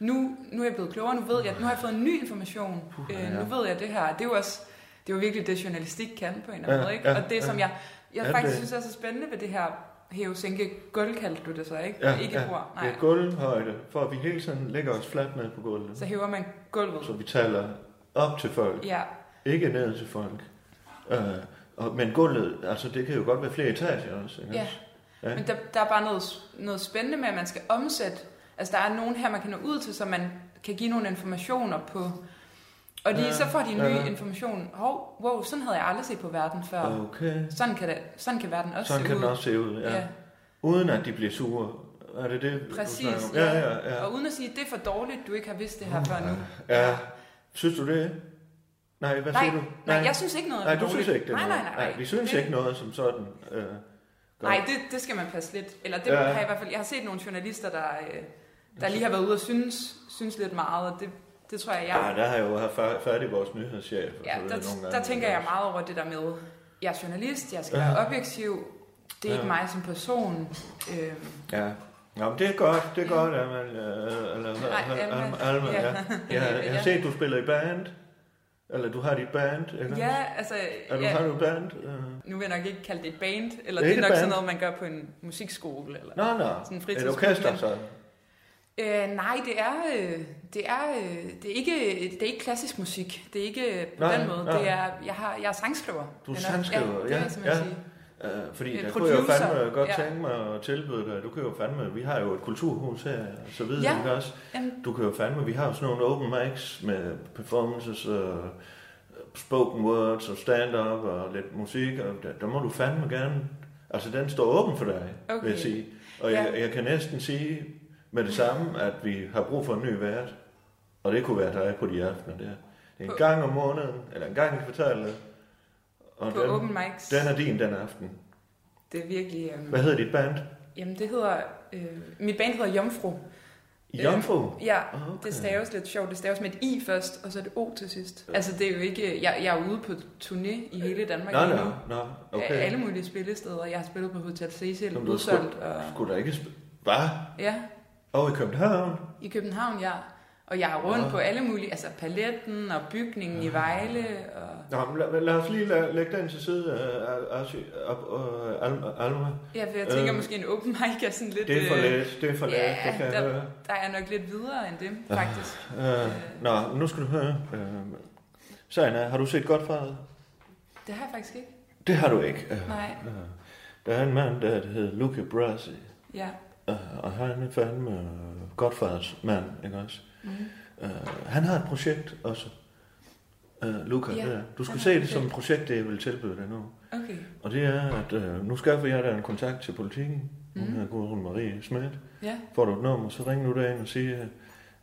nu, nu er jeg blevet klogere, nu ved jeg, nu har jeg fået en ny information,
Puh,
øh,
ja.
nu ved jeg det her. Det er jo også, det er jo virkelig det, journalistik kan på en eller
Ja,
anden måde, ikke?
ja,
og det, som
ja.
jeg, jeg
Ja,
faktisk
det-
synes er så spændende ved det her hæve sænke gulv kaldte du det så, ikke?
ja,
ikke
ja.
bord,
Det
nej.
er gulvhøjde, for at vi hele tiden lægger os fladt ned på gulvet.
Så hæver man gulvet.
Så vi taler op til folk,
Ja,
ikke ned til folk. Øh, og, men gulvet, altså det kan jo godt være flere etager også. Ikke?
ja.
også? Ja.
ja. Men der, der er bare noget, noget spændende med, at man skal omsætte. Altså, der er nogen her, man kan nå ud til, så man kan give nogle informationer på. Og de,
Ja,
ja, så får de en ny
ja.
information. Hov, wow, sådan havde jeg aldrig set på verden før. Ja.
Okay.
Sådan, kan det, sådan kan verden også
Sådan
se
kan
ud.
den også se ud, ja.
Ja.
Uden at de bliver sure. Er det det, du snakker
Præcis.
om? Ja, ja, ja.
Og uden at sige, det er for dårligt, du ikke har vidst det her før nu.
Ja. Synes du det? Nej, hvad
Nej,
siger du?
nej, jeg synes ikke noget er
Nej,
for
du
dårligt.
synes ikke det. er
Nej,
noget.
nej, nej.
Vi synes
Det-
ikke noget som sådan. Øh,
Nej, det, det skal man passe lidt. Eller det
Ja,
ja.
ja.
har jeg i hvert fald... Jeg har set nogle journalister, der, øh, der lige har været ude og synes, synes lidt meget, og det, det tror jeg, jeg...
Ja, der har jeg jo haft fær- færdig vores nyhedschef.
Ja,
øh,
der,
nogle gange.
der tænker jeg meget over det der med, jeg er journalist, jeg skal ja. være objektiv, det er ja. ikke mig som person. Øh,
Ja. Nå, men det er godt, det er godt, Alma. øh, Eller,
Nej, Alma.
Alma, Alma ja.
Ja.
ja. Jeg, har- jeg har
Ja.
set, du spiller i band. Eller du har dit band, ikke?
ja, altså,
Er du,
ja,
Har du et band? Øh,
nu vil jeg nok ikke kalde det et band, eller
Det er
det er
ikke
nok
et band.
sådan noget, man gør på en musikskole. Eller.
Nå, nå.
Sådan en
et
fritidsklub,
orkester,
men-
så.
Øh, nej, det er, øh, det, er, øh, det, er ikke, det er ikke klassisk musik. Det er ikke øh, på
Nej,
den måde.
nej.
Det er, jeg, har, jeg er sangskriver.
Du er
Eller-
sangskriver,
ja. Det
ja,
vil jeg simpelthen
ja.
sige.
Øh, fordi
Øh,
der kunne jeg jo
producer.
fandme godt
Ja.
tænke mig at tilbyde dig. Du kan jo fandme, vi har jo et kulturhus her, og så videre,
Ja.
ikke også?
Jamen,
Du kan jo fandme, vi har jo sådan nogle open mics med performances og øh, spoken words og stand-up og lidt musik, og der, der må du fandme gerne, altså den står åben for dig, okay. vil jeg
Okay.
sige. Og
Ja.
jeg, jeg kan næsten sige med det samme, at vi har brug for en ny vært, og det kunne være dig på de aftener der. Det er en
På-
gang om måneden, eller en gang i kvartalet, og
på
den,
open mics.
den er din den aften.
Det er virkelig... Øh,
Hvad hedder dit band?
jamen, det hedder... Øh, mit band hedder Jomfru. Øh,
Jomfru?
Ja,
Ah, Okay.
okay. det staves lidt sjovt. Det staves med et I først, og så et O til sidst. Altså, det er jo ikke... Jeg, jeg er ude på turné i hele Danmark
Nå,
lige
nå,
nu.
nå,
Okay.
okay.
Alle mulige spillesteder. Jeg har spillet på Hotel Cecil,
Jamen, du
udsolgt og...
Skulle der ikke... Sp- Hvad?
Ja,
Og i København?
i København, ja. Og jeg er rundt
Nå. Ah.
på alle mulige... Altså, paletten og bygningen i Vejle og...
Nå, men lad, lad os lige lad, lægge den til side, øh, Arsi- op- og, øh, Alma- Alma.
Ja, for jeg tænker
Øh,
øh, måske en open mic er sådan lidt...
Det er for
øh,
let, det er for let,
ja,
det kan jeg
der-
høre. Ah.
Der er jeg nok lidt videre end det, faktisk.
Øh, nå, nu skal du høre. Øh, Sejna, har du set Godfaret?
Det har jeg faktisk ikke.
Det har du ikke. Øh,
Nej,
øh, der er en mand, der hedder Luca Brasi,
ja.
øh, og han er fandme øh, Godfarets mand, ikke også?
Mm.
Øh, han har et projekt også. Øh, Luca,
Ja,
ja, du skal
han
se
har
det
et
som et
projekt.
projekt, det jeg vil tilbyde dig nu.
Okay.
Og det er, at øh, nu skaffer jeg dig en kontakt til politikken. Hun
Mm.
hedder Gudrun Marie Smidt.
Ja,
Får du et nummer, så ring nu derind og sig, øh,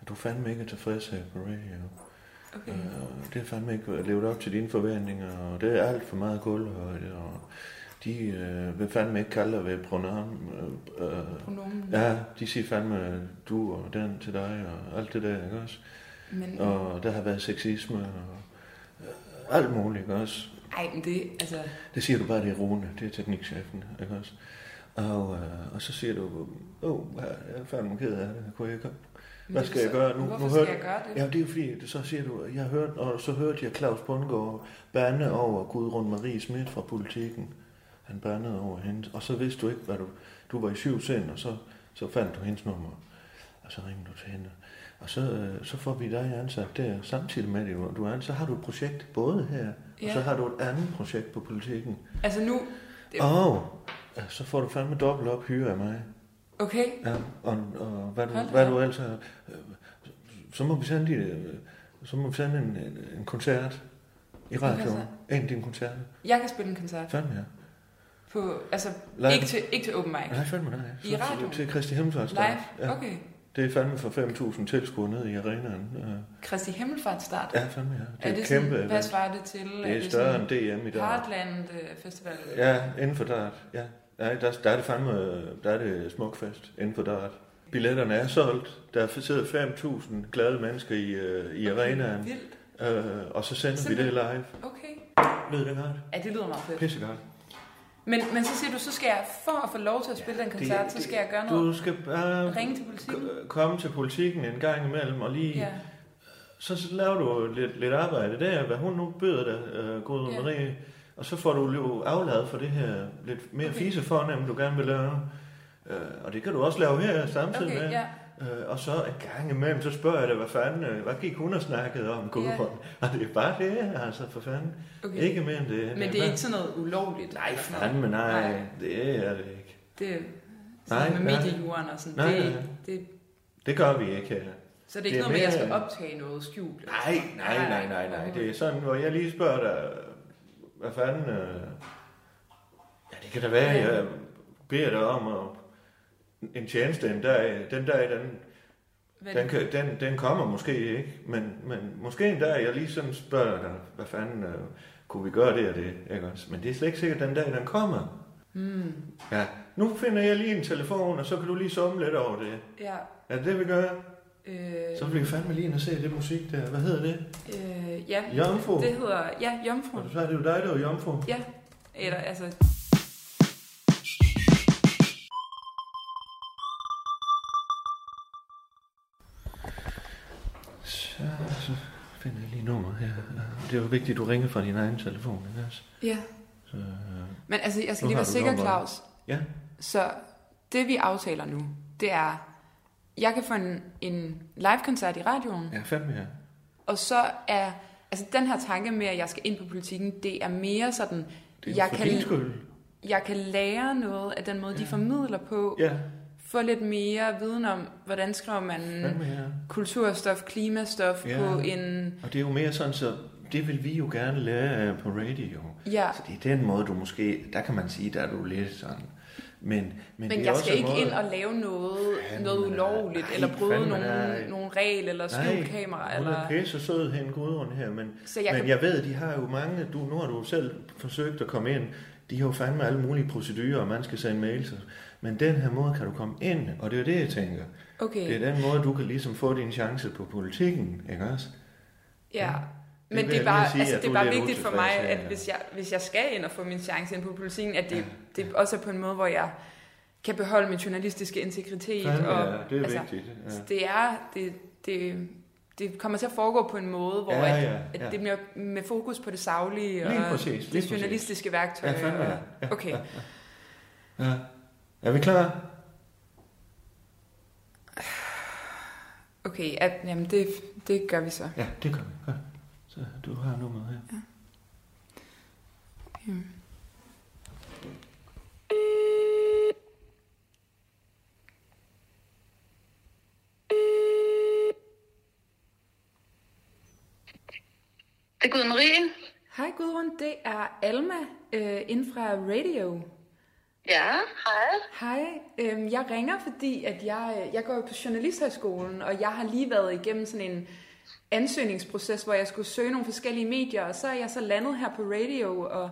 at du fandme ikke er tilfreds her på radio.
okay.
Øh, det er fandme ikke levet op til dine forventninger, og det er alt for meget gulvhøjde, og de øh, vil fandme ikke kalde dig ved pronomen. Øh, øh,
Pronomen.
ja, de siger fandme øh, du og den til dig, og alt det der, ikke også?
Men,
Og der har været sexisme, og øh, alt muligt, ikke også?
ej, men det, altså,
Det siger du bare, det er Rune, det er teknikchefen, ikke også? Og, øh, og så siger du, åh, oh, jeg er fandme ked af det, kunne jeg ikke...
men
Hvad
det-
skal jeg gøre nu?
Hvorfor
Nu
skal
hørte-
jeg gøre det?
Ja, det er jo fordi, så siger du, jeg hørte, og så hørte jeg Claus Bundgaard bande over Gudrun Marie Schmidt fra politikken. Han bandede over hende, og så vidste du ikke, hvad du... Du var i syv sind, og så, så fandt du hendes nummer, og så ringede du til hende. Og så, øh, så får vi dig ansat der, samtidig med, at du- du er ansat. Så har du et projekt både her, og
Ja.
så har du et andet projekt på politikken.
Altså nu, Det-
Åh, oh, så får du fandme dobbelt op hyre af mig.
okay,
Ja, og, og hvad, du,
Hold da
hvad
op.
du ellers har... øh, Så må vi sende, de, øh, så må vi sende en, en, en koncert i radioen.
så.
En af dine koncerter.
jeg kan spille en koncert
Fandme ja.
på, altså,
Live.
ikke til, ikke til open mic.
Nej, fandme nej. Så
I
til-
radioen?
Til Kristi Himmelfarts
Live,
Ja.
okay.
Det er fandme for 5.000 tilskuere ned i arenaen. Øh,
Kristi Himmelfarts start.
Ja, fandme ja. Det er,
er det
et kæmpe
sådan, hvad
event.
svarer det til?
Det er større end DM i dag.
Heartland øh, Festival?
Ja, inden for dart. Ja. Ja, der, der er det fandme, der er det smukfest inden for dart. Billetterne er solgt. Der sidder 5.000 glade mennesker i, øh, i arenaen.
Vildt,
Øh, og så sender vi det
Simpelthen.
live.
okay.
Lød det godt?
Ja, det lyder meget fedt.
Pissegodt.
Men, men så siger du, så skal jeg, for at få lov til at spille den koncert, så skal jeg gøre noget.
Du skal bare
Ringe til politiet.
k- komme til politikken en gang imellem, og lige,
Ja,
ja. så så laver du lidt, lidt arbejde der, hvad hun nu byder dig, øh, Gud ja.
Ja.
Marie, og så får du jo afladet for det her lidt mere okay.
Okay.
fise fornem, du gerne vil lave. Øh, og det kan du også lave her samtidig
okay,
med.
ja.
Øh, og så en gang imellem, så spørger jeg dig, hvad fanden, øh, hvad gik hun og snakkede om, Gud,
Ja.
Og det er bare det, altså, for fanden.
Okay.
Okay. Ikke mere end det.
Men det er ikke sådan noget ulovligt?
Nej,
eller noget?
fandme nej.
Nej.
Det er det ikke.
Det er
Nej,
sådan noget med
nej.
mediejuren og sådan.
Nej,
Nej, det,
nej,
nej. Det,
Det gør vi ikke her.
så det er ikke
Det er
det noget med, at
mere-
jeg skal optage noget skjult? eller
Nej,
sådan noget?
nej, nej, nej, nej. Det er sådan, hvor jeg lige spørger dig, hvad fanden... Øh... Ja, det kan da være, jeg beder dig om at... en tjeneste en dag. Den dag, den,
Hvad er
den,
det?
kan, den, den kommer måske ikke, men, men måske en dag, jeg lige sådan spørger dig, hvad fanden øh, kunne vi gøre det og det, ikke også? Men det er slet ikke sikkert, den dag, den kommer. Ja. Nu finder jeg lige en telefon, og så kan du lige summe lidt over det.
Ja,
Er det det, vi gør?
øh,
Så vil vi fandme lige ind og se det musik der. Hvad hedder det?
øh, ja.
Jomfru?
Det hedder, ja, Jomfru.
Og så er det jo dig, der er jomfru.
Ja, eller altså,
Så, så finder jeg lige nummeret her. Det er jo vigtigt, at du ringer fra din egen telefon, ikke også?
ja.
Så, øh,
Men altså, jeg skal
Nu
lige
har
være
du
sikker,
nummeret.
Claus.
ja.
Så det vi aftaler nu, det er, jeg kan få en, en live-koncert i radioen, ja.
Ja, fandme ja.
og så er, altså den her tanke med, at jeg skal ind på politikken, det er mere sådan,
Det er
jeg
for
kan,
din skyld.
jeg kan lære noget af den måde, ja. de formidler på,
Ja,
få lidt mere viden om, hvordan skriver man
fandme ja.
kulturstof, klimastof
Ja.
ja. på en...
Og det er jo mere sådan, så det vil vi jo gerne lære af på radio.
Ja.
Så det er den måde, du måske, der kan man sige, der er du lidt sådan. Men, men,
Men
det er
jeg
også
skal
en
ikke
måde,
ind og lave noget,
Fandme
noget
nej.
ulovligt,
Nej,
eller bryde
fandme
nogle,
nej.
nogle regler, eller skjult kamera,
hun
eller...
er pisse sød hende Gudrun her, men,
Så
så
jeg
jeg men
kan-
jeg ved, de har jo mange, du, nu har du selv forsøgt at komme ind, de har jo fandme alle mulige procedurer, og man skal sende mails, og- men den her måde kan du komme ind, og det er jo det, jeg tænker.
Okay.
Det er den måde, du kan ligesom få din chance på politikken, ikke også?
Ja, men
vil
det
jeg
er bare,
lige sige,
altså,
at
det er
du
bare
bliver lidt
vigtigt for mig,
utilfreds her,
at
ja.
hvis jeg, hvis jeg skal ind og få min chance ind på politikken, at det, det også er på en måde, hvor jeg kan beholde min journalistiske integritet.
Fandme,
og, altså,
ja, det er vigtigt, ja.
så Det er, det, det, det kommer til at foregå på en måde, hvor
Ja,
at,
ja,
at
ja.
det bliver med fokus på det saglige
Lige
og
præcis, lige
det
præcis.
journalistiske værktøj.
Ja, fandme,
og,
ja. Ja,
okay.
Ja. Er vi klar?
Okay, at, jamen det, det gør vi så.
Ja, det gør vi. Godt. Så du har nummeret her.
Øhm.
Det er Gud Marie.
Hej Gudrun, det er Alma øh, inden fra Radio.
Ja, hej.
Hej, øhm, jeg ringer, fordi at jeg, øh, jeg går jo på Journalisthøjskolen, og jeg har lige været igennem sådan en ansøgningsproces, hvor jeg skulle søge nogle forskellige medier, og så er jeg så landet her på radio, og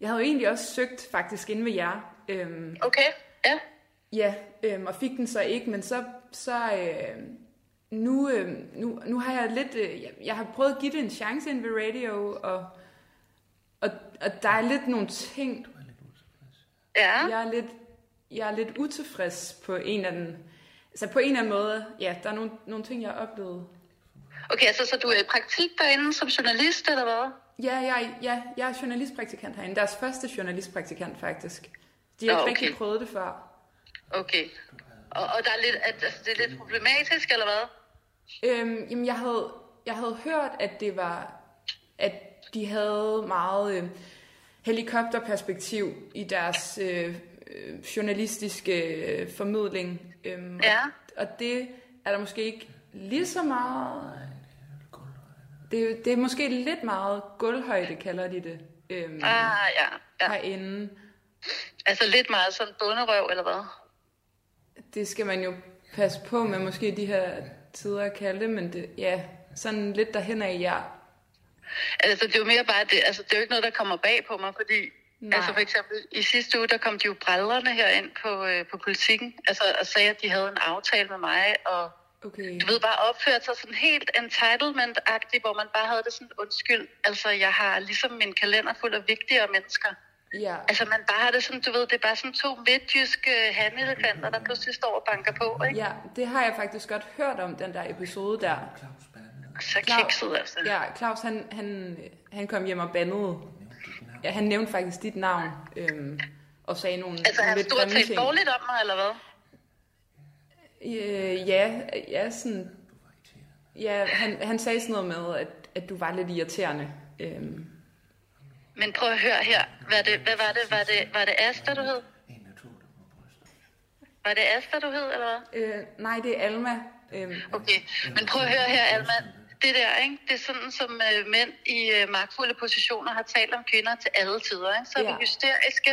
jeg havde jo egentlig også søgt faktisk inde ved jer, øhm,
Okay, ja.
ja, øhm, og fik den så ikke, men så, så øh, nu, øh, nu, nu har jeg lidt, øh, jeg, jeg har prøvet at give det en chance inde ved radio, og, og, og der er lidt nogle ting,
Ja,
jeg er lidt, jeg er lidt utilfreds på en eller anden... Altså på en eller anden måde, ja, der er nogle, nogle ting, jeg har oplevet.
okay, altså, så du er i praktik derinde som journalist, eller hvad?
Ja, jeg, ja, jeg er journalistpraktikant herinde. Deres første journalistpraktikant, faktisk. De har
Nå,
ikke
okay.
rigtig prøvet det før.
Okay. Og, og der er lidt, at, altså, det er lidt problematisk, eller hvad?
Øhm, jamen, jeg havde, jeg havde hørt, at det var... At de havde meget øh, helikopterperspektiv i deres øh, øh, journalistiske øh, formidling. Øhm,
Ja.
Og, og det er der måske ikke lige så meget Det, det er måske lidt meget gulvhøjde, kalder de det, øhm, ah,
Ah, ja,
ja.
ja.
herinde.
Altså lidt meget sådan bunderøv, eller hvad?
Det skal man jo passe på med måske i de her tider at kalde det, men det, ja, sådan lidt derhen af jer.
Altså, det er jo mere bare, det, altså, det er jo ikke noget, der kommer bag på mig, fordi...
Nej.
Nej. Altså for eksempel, i sidste uge, der kom de jo brælerne herind på, øh, på politikken, altså og sagde, at de havde en aftale med mig, og
Okay.
du ved, bare opført sig sådan helt entitlement-agtigt, hvor man bare havde det sådan, undskyld, altså jeg har ligesom min kalender fuld af vigtigere mennesker.
Ja,
Altså man bare har det sådan, du ved, det er bare sådan to midtjyske handelefanter, der pludselig står og banker på, ikke?
ja, det har jeg faktisk godt hørt om, den der episode der.
Så kikset altså.
ja, Claus han, han, han kom hjem og bandede. Ja, han nævnte faktisk dit navn, øhm, og sagde nogle,
Altså har
nogle
han
lidt
stort
grimme
talt
ting.
dårligt om mig, eller hvad?
Øh, ja, ja, sådan... Ja, han, han sagde sådan noget med, at, at du var lidt irriterende. Øhm,
Men prøv at høre her. Hvad, det, hvad var det? Var det, var det Asta, du hed? Var det Asta, du hed, eller hvad?
øh, nej, det er Alma. Øhm,
Okay, men prøv at høre her, Alma. Det der, ikke? det er sådan, som øh, mænd i øh, magtfulde positioner har talt om kvinder til alle tider. Ikke? Så er vi
Ja.
hysteriske,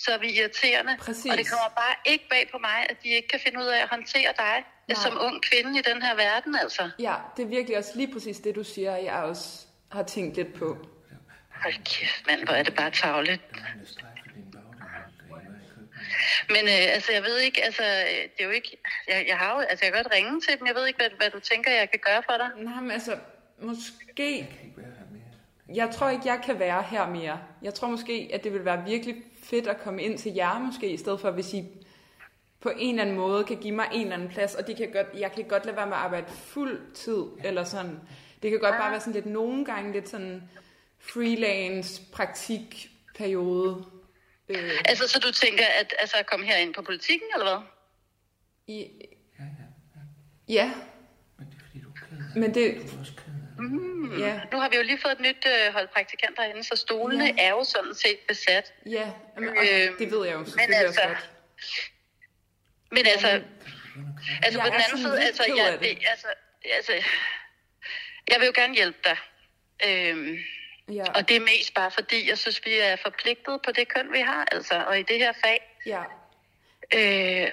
så er vi irriterende.
Præcis.
Og det kommer bare ikke bag på mig, at de ikke kan finde ud af at håndtere dig Nej.
Nej.
som ung kvinde i den her verden. Altså.
ja, det er virkelig også lige præcis det, du siger, jeg også har tænkt lidt på.
Hold kæft, mand, hvor er det bare tavligt. Men øh, altså, jeg ved ikke, altså, øh, det er jo ikke, jeg, jeg har jo, altså, jeg kan godt ringe til dem, jeg ved ikke, hvad, hvad du tænker, jeg kan gøre for dig.
Nej, men altså, måske... Jeg tror ikke, jeg kan være her mere. Jeg tror måske, at det vil være virkelig fedt at komme ind til jer måske, i stedet for hvis I på en eller anden måde kan give mig en eller anden plads, og de kan godt, jeg kan godt lade være med at arbejde fuld tid, eller sådan. Det kan godt bare være sådan lidt nogle gange, lidt sådan freelance praktikperiode. Øh,
Altså, så du tænker, at altså, at komme herind på politikken, eller hvad?
i... Ja, men det... Ja,
Nu har vi jo lige fået et nyt øh, hold praktikanter herinde, så stolene
Ja.
ja. er jo sådan set besat.
ja, men, og
Øhm,
det ved jeg jo
men
selvfølgelig også
altså,
godt.
Men altså, altså
Jeg
på
er
den anden
sådan
side,
lidt
altså,
ked af
jeg,
det.
det, altså, altså, jeg vil jo gerne hjælpe dig. Øhm,
Ja,
og det er mest bare fordi, jeg synes, vi er forpligtet på det køn, vi har, altså, og i det her fag.
ja,
Øh,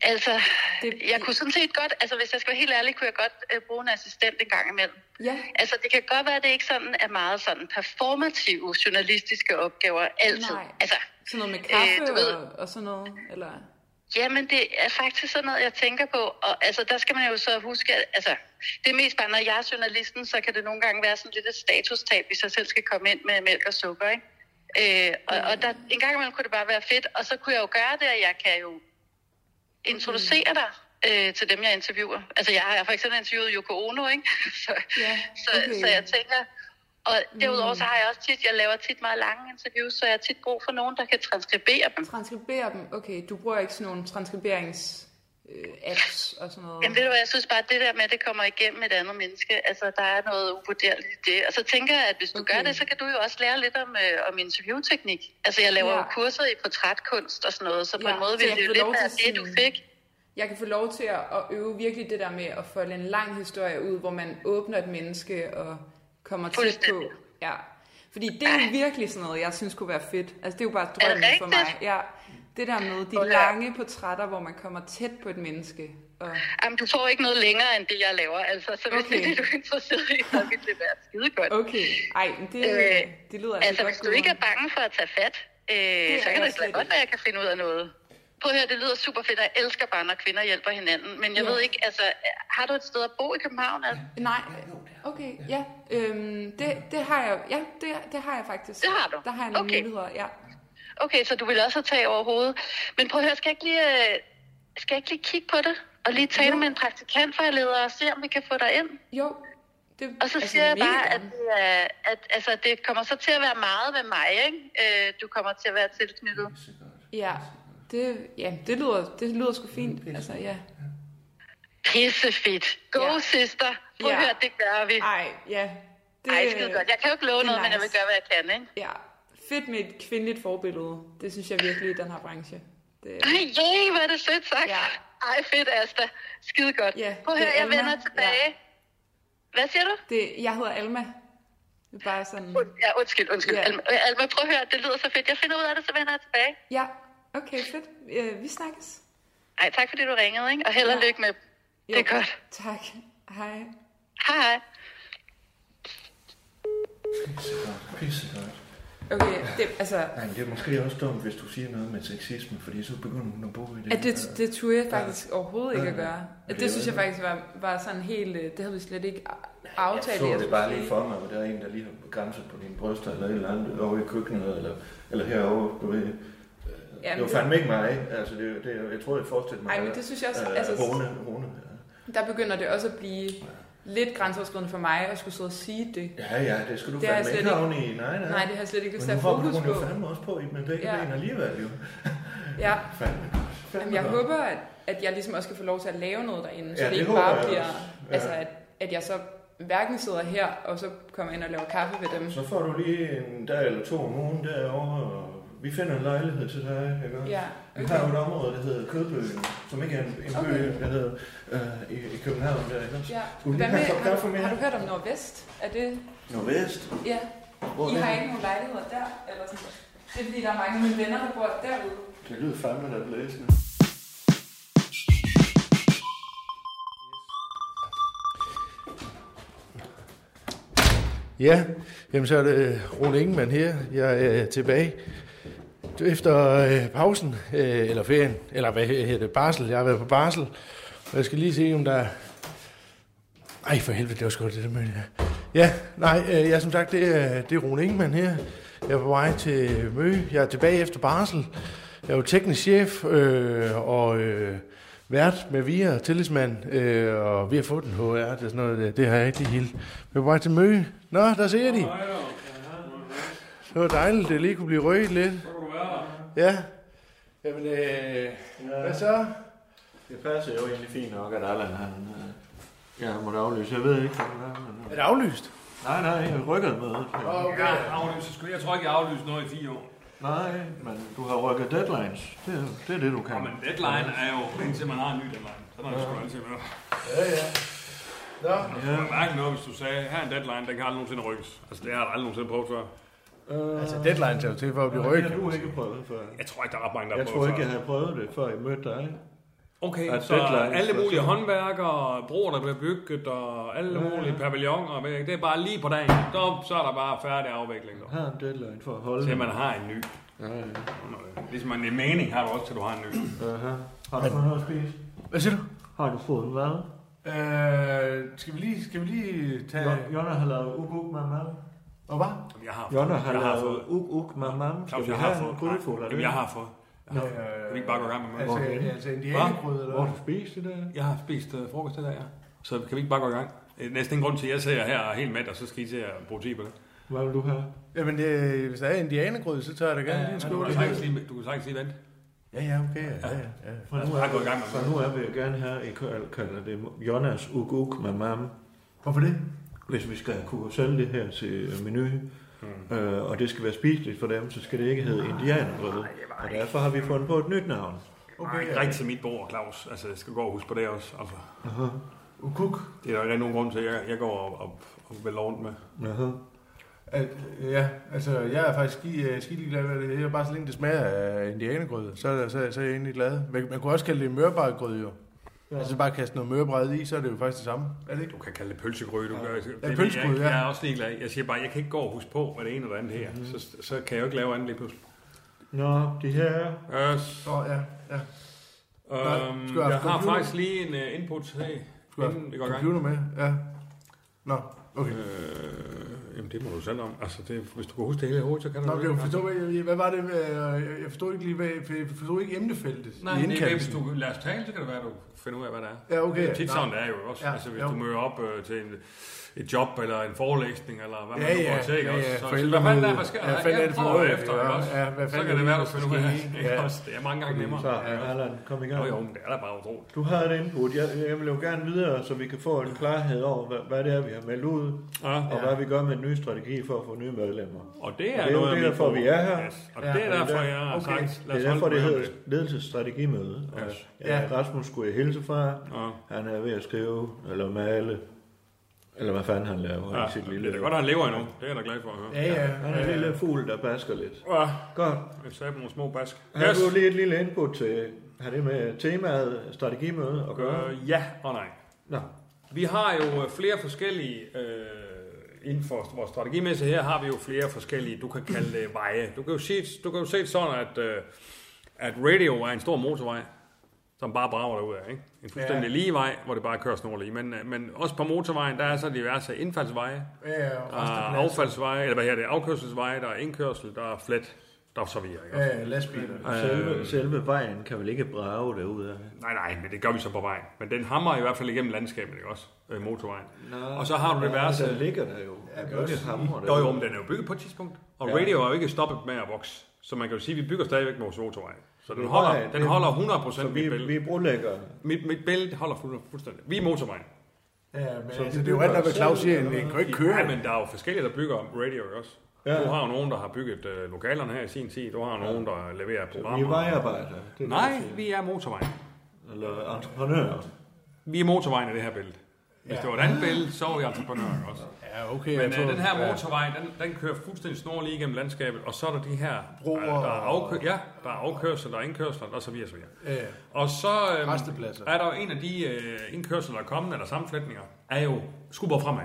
altså,
Det-
det, jeg kunne sådan set godt, altså hvis jeg skal være helt ærlig, kunne jeg godt øh, bruge en assistent en gang imellem.
ja,
Altså, det kan godt være, at det ikke sådan er meget sådan performative journalistiske opgaver [SIGHS] altid.
Nej.
Altså,
sådan noget med
Øh,
kaffe
du
øh,
ved-
og, og sådan noget, eller...
jamen, det er faktisk sådan noget, jeg tænker på. Og altså, der skal man jo så huske, at altså, det er mest bare, når jeg er journalisten, så kan det nogle gange være sådan lidt et statustab, hvis jeg selv skal komme ind med mælk og sukker, ikke? Øh, og, og der, en gang imellem kunne det bare være fedt, og så kunne jeg jo gøre det, at jeg kan jo introducere dig øh, til dem, jeg interviewer. Altså, jeg har for eksempel interviewet Yoko Ono, ikke? Så,
Ja,
så,
okay.
så jeg tænker... Og derudover så har jeg også tit, jeg laver tit meget lange interviews, så jeg har tit brug for nogen, der kan transkribere dem.
Transkribere dem. Okay, du bruger ikke sådan nogle transkriberings øh, apps og sådan noget.
Jamen ved du hvad, jeg synes bare, at det der med, at det kommer igennem et andet menneske, altså der er noget uvurderligt i det. Og så tænker jeg, at hvis du
Okay.
okay. gør det, så kan du jo også lære lidt om, øh, om interviewteknik. Altså jeg laver
Ja.
ja. jo kurser i portrætkunst og sådan noget, så på
Ja,
ja. en måde
så
ville
jeg
det jo
får lov
lidt
til
være
at
det, du
sige-
fik.
Jeg kan få lov til at at øve virkelig det der med at folde en lang historie ud, hvor man åbner et menneske og kommer tæt på.
Fuldstændig.
Ja. Fordi det er jo virkelig sådan noget, jeg synes kunne være fedt. Altså det er jo bare
det
drømmen for mig.
rigtigt?
Ja. Det der med de
Prøv at høre.
lange portrætter, hvor man kommer tæt på et menneske. Og...
Jamen du får ikke noget længere end det, jeg laver. Altså, så hvis
Okay.
okay. det er det, du er interesseret i, så ville det være skide godt.
Okay, ej, men det,
Øh,
øh, det lyder
Altså, hvis du
Gudrun.
ikke er bange for at tage fat, øh,
er
så kan
jeg
det da
slet
godt
ikke.
være, at jeg kan finde ud af noget. Prøv at høre, det lyder super fedt, og jeg elsker bare, når kvinder hjælper hinanden. Men jeg
Ja.
ved ikke, altså, har du et sted at bo i København? Altså?
Nej, okay, ja. Øhm, det, det har jeg, ja, det, det har jeg faktisk.
Det har du?
Der har jeg nogle
Okay.
muligheder, ja.
Okay, så du vil også have tag over hovedet. Men prøv at høre, skal jeg ikke lige, øh, skal jeg ikke lige kigge på det? Og lige tale med en praktikantvejleder og se, om vi kan få dig ind?
Jo. Det,
Og så siger jeg
Altså, mega
bare, at,
gerne.
det er- at altså, det kommer så til at være meget med mig, ikke? Øh, du kommer til at være tilknyttet.
Ja, det, ja, det, lyder, det lyder sgu fint. Altså, ja.
Pissefedt. Go,
Ja.
ja. sister. Prøv
Ja.
at høre, det gør vi.
Ej, ja. Det,
Ej, skide godt. Jeg kan jo ikke love
det er
noget, nice. men jeg vil
nice.
gøre, hvad jeg kan, ikke?
Ja, fedt med et kvindeligt forbillede. Det synes jeg virkelig i den her branche. Det,
Ej, yay, hvor er det sødt sagt.
Ja.
Ja. Ej, fedt, Asta. Skide godt.
Ja,
Prøv at
det
høre, jeg
er Alma.
vender tilbage. Ja. Hvad siger du?
det, jeg hedder Alma. Det er bare sådan...
Und, ja, undskyld, undskyld.
Ja.
Ja. Alma, øh, Alma, prøv at høre, det lyder så fedt. Jeg finder ud af det, så vender jeg tilbage.
Ja, okay, fedt. Øh, vi snakkes.
Ej, tak fordi du ringede, ikke? Og held og
Ja.
ja. lykke med.
Jo,
Det er godt.
Tak. Hej.
Hej, hej.
Pissegodt.
Okay, det, altså,
Ej, men det er måske også dumt, hvis du siger noget med sexisme, fordi så begynder hun at bo i det.
at det, det turde jeg faktisk overhovedet ikke at
Ja, ja.
gøre.
Men
Det,
det er
synes
jo-
jeg faktisk var, var sådan helt... øh, Det havde vi slet ikke
Jeg
aftalt. at jeg
så det
skulle
bare lige
sige.
for mig, hvor der er en, der lige har begrænset på dine bryster, eller et eller andet over i køkkenet, eller, eller herovre, du ved. Øh,
Jamen,
det var
det-
fandme ikke mig, altså det, er jo- det, er jo- jeg tror, jeg forestillede mig,
Ej, men det synes jeg også-
øh,
altså-
altså, Rune, Rune,
der begynder det også at blive lidt grænseoverskridende for mig at skulle sidde og sige det.
ja. ja, ja, det skal du
Det
det
har jeg
fandme
slet
ikke havne i, nej, nej.
Nej, det har jeg slet ikke lyst
men
til
nu
at
hopper
fokus
hun jo
på.
fandme også på i med begge
Ja.
ja. ben alligevel, jo.
Ja,
Fandme.
Jamen, jeg håber, at, at jeg ligesom også kan få lov til at lave noget derinde, så
Ja,
det
det
ikke
håber
bare
jeg
bliver,
også. Ja.
altså at, at jeg så hverken sidder her, og så kommer ind og laver kaffe ved dem.
Så får du lige en dag eller to om ugen derovre, og vi finder en lejlighed til dig, ikke? også?
Ja,
Vi
okay.
har jo et område, der hedder Kødbøen, som ikke er en, en
Okay.
okay. by, der hedder øh, i, i København. Der, ikke? også?
Ja.
Skulle vi
Hvad
lige
med,
have en kop
har,
kaffe
du,
med
har du
her?
hørt om Nordvest? Er det,
Nordvest?
ja,
Hvor er
I
det
har
henne?
ikke nogen lejligheder der, eller sådan Det er fordi, der er mange af mine venner, der bor derude.
Det lyder fandme da blæsende.
Ja, jamen så er det Rune Ingemann her. Jeg er øh, tilbage. efter øh, pausen, øh, eller ferien, eller hvad hedder det, barsel. Jeg har været på barsel, og jeg skal lige se, om der... Ej, for helvede, det var sgu da det, der møde. her. Ja, nej, øh, jeg som sagt, det er, det er Rune Ingemann her. Jeg er på vej til Møge. Jeg er tilbage efter barsel. Jeg er jo teknisk chef øh, og øh, vært med VIA og tillidsmand, øh, og vi har fået en HR, det er sådan noget, det, det har jeg ikke lige helt. Jeg er på vej til Møge. Nå, der ser de. Det var dejligt, det lige kunne blive rykket lidt. Ja. Jamen, øh, hvad så?
Det passer jo egentlig fint nok, at Allan han... Øh, jeg måtte aflyse. Jeg ved ikke, hvad det er, men...
Er
Øh.
det aflyst?
Nej, nej, jeg rykkede med.
Okay.
aflyst, skulle jeg tror ikke, jeg aflyst noget i fire år.
Nej, men du har rykket deadlines. Det, er- det er det, du kan.
Og men deadline er jo, indtil man har en ny deadline. Så er det sgu altid med.
Ja, ja. Nå,
Jeg mærke noget, hvis du sagde, her er en deadline, den kan aldrig nogensinde rykkes. Altså, det har jeg aldrig nogensinde prøvet før.
Øh,
altså deadline er jo til for at blive
det har
rykket.
du ikke prøvet før.
Jeg tror ikke, der er ret mange, der har
Jeg tror
prøvet
ikke,
før.
jeg havde prøvet det, før jeg mødte dig.
Okay,
at
så
deadline- altså.
alle mulige
så-
håndværkere, broer, der bliver bygget, og alle
Ja, ja.
mulige pavilloner, ved jeg ikke, det er bare lige på dagen. Så, så er der bare færdig afvikling.
Jeg
Så.
har en deadline for at holde
Til
den.
man har en ny.
Ja, ja.
Ligesom en mening har du også, til du har en ny.
Aha. Øh, Har du fået noget at spise?
Hvad siger du?
Har du fået mad?
Øh, skal vi lige, skal vi lige tage...
Jo- Jonna har lavet uk uk med mad.
Og hvad?
Jeg har fået.
Jonna har
jeg har
lavet
fået.
uk uk med mad.
Claus,
Skal vi
jeg har
have en
fået. Nej,
grydefuld af
Jamen,
det?
jeg har fået.
Kan
vi ikke bare gå i gang med mad?
Altså,
Hvor-
altså indianergrød, eller
Hvor
hvad?
har du spist det der?
Jeg har spist øh, frokost i dag, ja. Så kan vi ikke bare gå i gang? Øh, Næsten ingen grund til, at jeg sidder her og er helt mæt, og så skal I til at bruge tid på det.
Hvad vil du have?
Jamen, øh, hvis der er indianergrød, så tager jeg da gerne lige en
du,
skål.
kan sagtens lige, du kan sagtens lige vente.
Ja, ja, okay. Ja, ja, ja.
Fra nu,
Lad os bare gå i gang med
fra nu af vil jeg gerne have, I kø- kalder det Jonas uk uk med mad.
Hvorfor det?
Hvis vi skal kunne sælge det her til øh, menu,
Hmm.
mm. øh, og det skal være spiseligt for dem, så skal det ikke hedde indianergrød. Og derfor har vi fundet på et nyt navn.
Okay, ikke rigtig til mit bord, Claus. Altså, jeg skal gå og huske på det også. Altså,
Ukuk?
det er der ikke rigtig nogen grund til, at jeg, jeg går og, og, og vil rundt med.
Aha.
At, ja, altså jeg er faktisk ski, skidelig glad ved det. Jeg er bare så længe det smager af indianegrød, så, er- så, så er jeg egentlig glad. Man, man kunne også kalde det mørbrejgrød jo. Ja. Altså bare kaste noget mørbræd i, så er det jo faktisk det samme. Er det ikke?
Du kan kalde det pølsegrød. Du ja. gør, det,
Ja, pølsegrød, ja.
jeg,
Mhm.
jeg er også ligeglad. Jeg siger bare, jeg kan ikke gå og huske på, hvad det ene eller andet her. Mm-hmm. Så, så kan jeg jo ikke lave andet lige pludselig.
Nå, de her...
Yes.
Øh, Så ja, ja.
Øhm,
skal jeg have
jeg har
computer?
faktisk lige en uh, input her,
Du har
inden vi går i gang.
computer med, ja. Nå, okay.
Øh, jamen, det må du selv om. Altså, det, hvis du kan huske det hele i hovedet, så kan du
Nå,
det.
okay, jeg forstår, hvad, hvad var det, øh, jeg forstod ikke lige, hvad, jeg forstod ikke emnefeltet
Nej, men det er, hvis
indkaldelsen.
du lader os tale, så kan det være, at du finder ud af, hvad det er.
Ja, okay.
Det er tit
Nå.
sådan, det er jo også. Ja,
Ja,
altså, hvis
jo.
du møder op øh, til en, et job eller en forelæsning, eller hvad man
Ja,
nu går
ja,
til, ikke
ja,
også?
ja,
Så, så,
forældremøde.
hvad fanden er, hvad sker der?
Ja, hvad fanden er det for
prøver
noget,
efter,
ikke?
ikke også?
Ja, hvad
så
fanden
kan
er
det
det,
være, du
der
finder ud
skal
af,
ske?
ikke
Ja.
også? Det er mange gange nemmere.
Så, Allan, kom i
Jo,
gang.
jo, men det er da bare utroligt.
Du har et input. Jeg, jeg vil jo gerne videre, så vi kan få en klarhed over, hvad, hvad det er, vi har meldt ud,
Ja.
og hvad vi gør med en ny strategi for at få nye medlemmer.
Og det er,
det er jo
noget af
det,
mit
derfor, vi
fokus.
er her.
Yes. Og det er derfor, jeg har
Okay.
sagt, lad
Det
os
er derfor,
holde
det
på
hedder ledelsesstrategimøde. Og
Ja.
Ja. Rasmus skulle jeg hilse fra.
Ja.
Han er ved at skrive, eller male, eller hvad fanden han laver
Ja,
i sit
det er
lille...
da godt, at han lever endnu. Det er jeg da glad for at høre.
Ja, ja.
Han er en lille fugl, der basker lidt.
Ja,
Godt.
jeg sagde på nogle små bask.
Har du lige et lille input til, har det med temaet strategimøde at gøre?
Øh, ja og nej.
Nå.
Vi har jo øh, flere forskellige, øh, inden for vores strategimæssige her, har vi jo flere forskellige, du kan kalde det veje. Du kan jo se, du kan jo se det sådan, at, øh, at radio er en stor motorvej, som bare brager derud af. Ikke? En fuldstændig lige vej, hvor det bare kører snorlig. Men, øh, men også på motorvejen, der er så diverse indfaldsveje,
Ja,
der er
og
affaldsveje, eller hvad her det, er, afkørselsveje, der er indkørsel, der er flet, der er så videre. Ikke?
ja, lastbiler.
Selve,
Øh.
selve vejen kan vel ikke brage derude af?
Nej, nej, men det gør vi så på vejen. Men den hammer i hvert fald igennem landskabet, ikke også? Øh, motorvejen. og så har du det værste...
Der Altså, ligger der jo. Ja, det er jo ikke hammer
Jo, jo, men den er jo bygget på et tidspunkt. Og ja. radio er jo ikke stoppet med at vokse. Så man kan jo sige, at vi bygger stadigvæk vores motorvej. Så den
Nej,
holder,
det-
den holder 100%
Så
mit
vi,
bælte.
vi er brolæggere.
Mit, mit bælte holder fuld, fuldstændig. Vi er motorvejen.
Ja, men altså, det er jo alt, hvad Claus siger, at den kan jo ikke køre.
Ja, men der er jo forskellige, der bygger radio ikke også. Ja.
Ja.
Du har jo nogen, der har bygget øh, lokalerne her i sin tid. Du har nogen, der leverer
Vi
programmer.
er vejarbejdere. Det er
Nej,
det,
vi er motorvejen.
Eller entreprenører.
Vi er motorvejen i det her bælte. Hvis det var et andet bælte, så var vi entreprenører ikke også.
Ja, okay.
Men
jeg
øh,
tror-
den her
ja.
motorvej, den, den kører fuldstændig snorlig igennem landskabet, og så er der de her
Broer
øh, der er
og-
afkø- ja, der er afkørsler, der er indkørsler, og så videre, så videre.
Ja, ja.
Og så øhm,
Rastepladser.
er der jo en af de øh, indkørsler, der er kommet, eller sammenflætninger, er jo skubber fremad.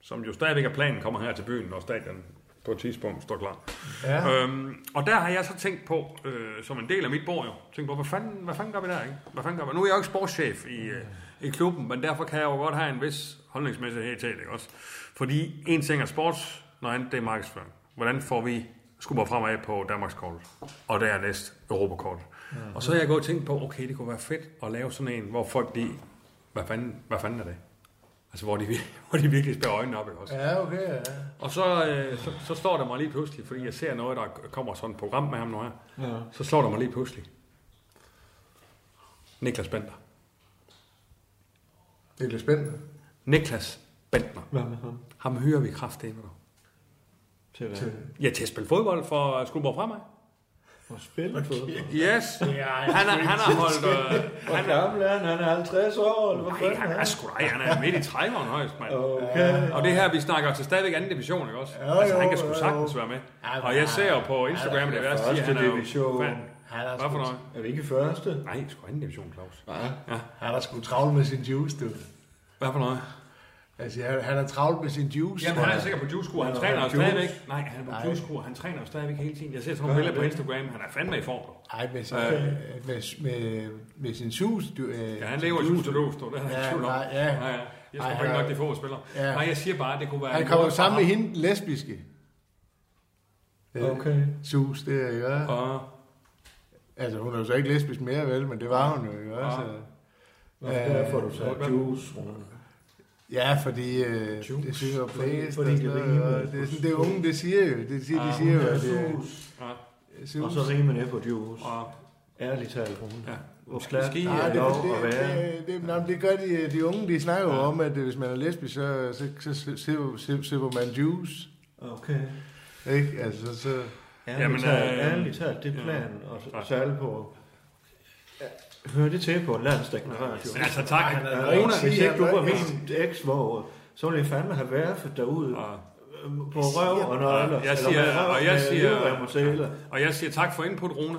Som jo stadigvæk er planen, kommer her til byen og stadion på et tidspunkt står klar.
Ja.
Øhm, og der har jeg så tænkt på, øh, som en del af mit bord jo, tænkt på, hvad fanden, hvad fanden gør vi der, ikke? Hvad fanden gør vi? Nu er jeg jo ikke sportschef i, øh, i klubben, men derfor kan jeg jo godt have en vis holdningsmæssighed til det, ikke også? Fordi en ting er sports, noget andet det er markedsføring. Hvordan får vi skubber fremad på Danmarkskortet, og dernæst Europakortet. Mm-hmm. Og så har jeg gået og tænkt på, okay, det kunne være fedt at lave sådan en, hvor folk de, hvad fanden, hvad fanden er det? Altså, hvor de, vir- [LAUGHS] hvor de virkelig spærer øjnene op, ikke også?
Ja, okay, ja.
Og så, øh, så, så slår det mig lige pludselig, fordi jeg ser noget, der kommer sådan et program med ham nu her.
Ja.
Så slår det mig lige pludselig. Niklas Bender.
Det er lidt spændende.
Niklas Bender.
Hvad med ham?
Ham hører vi kraftedeme nu.
Til hvad?
Til-
Ja, til at spille fodbold for Skuldborg Fremad.
At spille fodbold.
Yes. Han har, han har holdt... Øh,
Hvor
han, er,
gammel er han? Han er 50 år, eller hvad
nej,
fanden
han
er
er
han?
sgu da, han er midt i 30'erne højst, mand.
Okay.
Og det her, vi snakker til stadigvæk anden division, ikke også?
Jo,
altså, han
jo,
kan sgu
jo,
sagtens
jo.
være med.
Ja, men
Og jeg
han-
ser jo på Instagram,
han er
det værste, at
første
han er jo...
division.
Fan.
Han er,
Hvad for
sgu,
noget?
Er vi ikke i første?
Nej, sgu anden division, Claus.
han er sgu travlt med sin juice, du.
Hvad for noget?
Altså, han, han er travlt med sin juice.
Jamen, han er sikkert på juicekur. Han
Ja,
træner jo
juice.
stadigvæk. Nej, han er på juicekur. Han træner jo stadigvæk hele tiden. Jeg ser sådan nogle billeder på Instagram. Han er fandme i form.
Ej, med sin, øh, med, med, med sin juice, du. Øh,
Ja, han lever i sus og løs, dog. det er han
Ja,
ikke tvivl om.
nej, ja.
ja. Jeg
Ej,
tror
han
ikke
er-
nok, de få spillere.
Ja.
Nej, jeg siger bare, at det kunne være...
Han
en
kommer jo
måde
sammen med
for
hende, den lesbiske. Øh,
Okay.
Sus, det er jo.
ham.
Ja.
Og
Altså, hun er jo så ikke lesbisk mere, vel, men det var hun jo, ikke også?
Ja.
Nå, der får du så
Hvad-
juice.
Ja, fordi øh,
Juice.
det synes jeg jo
Fordi-
blæst,
fordi
og
det
sådan noget,
rimer.
og det er sådan, det unge, det siger jo, det siger, de siger jo, at det Ah, er
Og så ringer man ned på juice.
og-
Ærligt talt, Rune.
Ja.
Hvor klart
Måske-
det
Nej,
Ja,
er
Ah, det,
lov
det,
at være.
det, det, nej, men det gør de, øh, de unge, de snakker jo om, at øh, hvis man er lesbisk, så, så, så, så, så, så sipper man juice.
Okay.
Ikke? Altså, så,
Ærligt,
øh, Jamen,
Jamen, talt,
øh,
ærligt talt, det er
ja.
planen, og
Ja.
s- særligt på... Hører det til på en landstækkende radio?
Men altså, tak.
er
Corona,
rigtig
hvis ikke du var
Ja.
min eks-vovre, så ville jeg fandme have værfet derude
Og,
øhm, på røv og nøgler.
jeg siger,
eller med røv
og jeg
med
siger,
livrem og seler.
og jeg siger tak for input, Rune.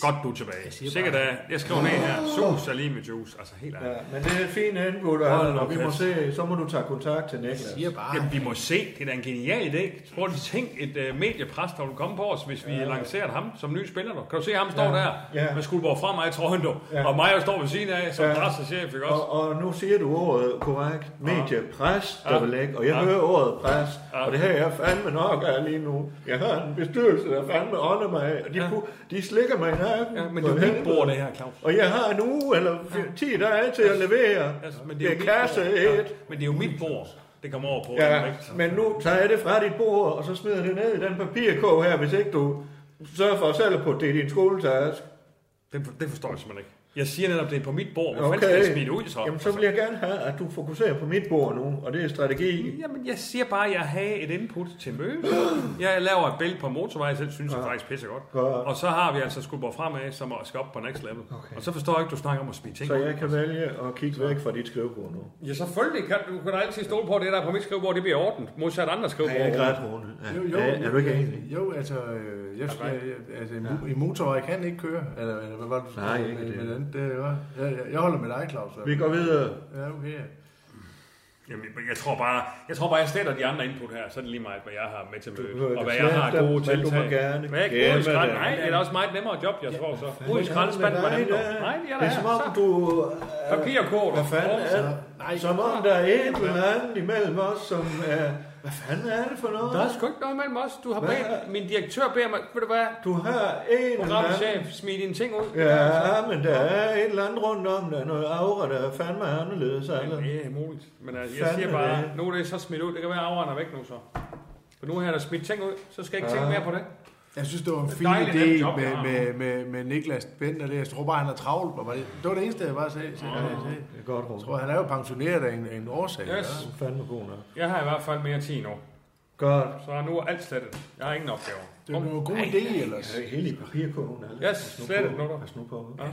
Godt, du er tilbage. Sikkert er, jeg skriver ned her, sus er lige med juice. Altså, helt ærligt.
Ja, men det er et fint input,
Hold
Allan,
nu
og vi må
kæft.
se, så må du tage kontakt til Niklas.
siger bare,
Jamen, vi må se. Det er da en genial idé. Prøv at tænk et øh, mediepres, der vil komme på os, hvis vi ja. lancerer ham som ny spiller. Du. Kan du se, ham står ja. der ja.
Ja.
med Skuldborg fremad i trøjen, du. Ja.
Ja.
Og mig står ved siden af som ja.
Ja.
pressechef, ikke også?
Og, og nu siger du ordet korrekt.
Ah.
Mediepres,
Ja.
der vil ikke. Og jeg
Ja.
hører ordet pres.
Ja.
Og det her er fandme nok af lige nu. Jeg har en bestyrelse, der fandme ånder mig af. Og de,
Ja.
pu- de slikker mig i nakken.
Ah. Ja, men
For
det er jo mit
helvede.
bord, det her, Claus.
Og jeg har en uge eller f- 10 dage til at levere.
Altså, men
det er
mit
kasse
bord. Ja.
et.
Men det er jo mit bord, det kommer over på.
Ja,
ikke?
men nu tager jeg det fra dit bord, og så smider jeg det ned i den papirkog her, hvis ikke du sørger for at sælge på det i din skoletaske.
Det, for- det forstår jeg simpelthen ikke. Jeg siger netop, det er på mit bord. Hvor okay.
Okay.
fanden skal jeg smide det ud, så? Altså,
Jamen, så vil jeg gerne have, at du fokuserer på mit bord nu, og det er strategi.
Jamen, jeg siger bare, at jeg havde et input til mødet. Jeg laver et bælte på motorvejen, selv synes jeg ja. faktisk pisser godt.
Godt.
Og så har vi altså Skuldborg Fremad, som skal op på next level. Okay. Og så forstår jeg ikke, du snakker om at smide ting.
Så
ud.
jeg kan vælge at kigge væk fra dit skrivebord nu.
Ja, selvfølgelig kan du kan da altid stole på, at det der er på mit skrivebord, det bliver ordent, modsat andre skrivebord.
Jeg er ikke ret Rune. Ja.
Jo, jo,
er, er du ikke
jo,
enig?
Jo, altså, øh, jeg, jeg, jeg, altså en, ja. en motorvej kan ikke køre, eller, eller hvad var det, du
Nej,
sagde
ikke
med,
det.
med den? Det var, jeg, jeg, jeg holder med dig, Claus.
Vi går videre.
Ja, okay.
Jamen, jeg- jeg tror bare, jeg tror bare, jeg sletter de andre input her, så er det lige meget, hvad jeg har med til mødet,
behøver
og hvad
ikke
jeg har af
slette
gode
dem, men du
tiltag.
må gerne
Hvad er ikke
gemme
gode i skrald?
dem.
Nej, det er da også meget nemmere job, jeg tror så. Ud i skraldespanden,
Nej,
hvordan
det
dog? Nej,
er,
det
det
er
er som om
så.
du... øh,
Papirkort.
Hvad fanden er det?
Nej,
Som om der er et eller andet imellem os, som er... Hvad fanden er det for noget?
Der er sgu ikke noget mellem os. Du har
Hvad?
bedt, min direktør beder mig, ved du hvad,
Du har en eller anden...
programchef, smid dine ting ud.
Ja, men der er et eller andet rundt om, der er noget aura, der er fandme anderledes.
Men
Allan.
Det er muligt. Men altså, jeg
Fandme
siger bare,
det.
nu er det så smidt ud. Det kan være, at afrørende er væk nu så. For nu har jeg da smidt ting ud, så skal jeg ikke tænke mere på det.
Jeg synes, det var en fin
dejligt,
idé
nemt job,
med,
jeg har.
med, med, med Niklas Bender. Det. Jeg tror bare, han er travlt. Og var det, det var det eneste, jeg bare sagde. sagde, jeg sagde.
Det er godt,
Jeg
Rune.
tror, han er jo pensioneret af en, af en årsag.
Yes.
Du er fandme god nok.
Jeg har i hvert fald mere 10 nu.
Godt.
Så nu er alt slettet. Jeg har ingen opgaver.
Det var en god idé ellers.
Det er hele i papirkogen, Allan.
Yes,
Pas nu
slet
på.
ikke noget.
Pas nu på.
Ja.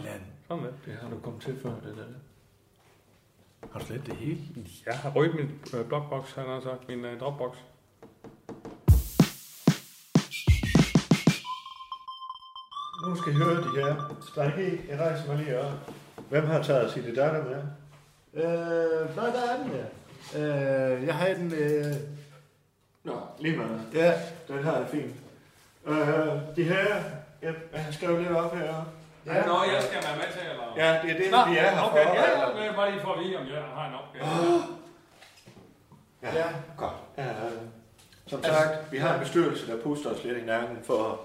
Sådan med.
Det har du kommet til før, det der.
Har du slet det hele?
Jeg har rødt min øh, blogbox, han har sagt, min øh, dropbox.
Nu skal I høre det her. Strategi, jeg rejser mig lige op. Hvem har taget sit datter med?
Øh, nej, der er den, ja. Øh, jeg havde den... Øh,
Nå, lige meget. Ja, den her er fin. Øh, de her, jeg, jeg har skrevet lidt op her.
Ja. Nå, jeg skal være med til, eller?
Ja, det er det,
Nå,
vi er her
okay,
for.
ja, ja, det er bare lige for at vide, om jeg har øh, en opgave.
Ja, godt. Øh, som sagt, vi har en bestyrelse, der puster os lidt i nakken for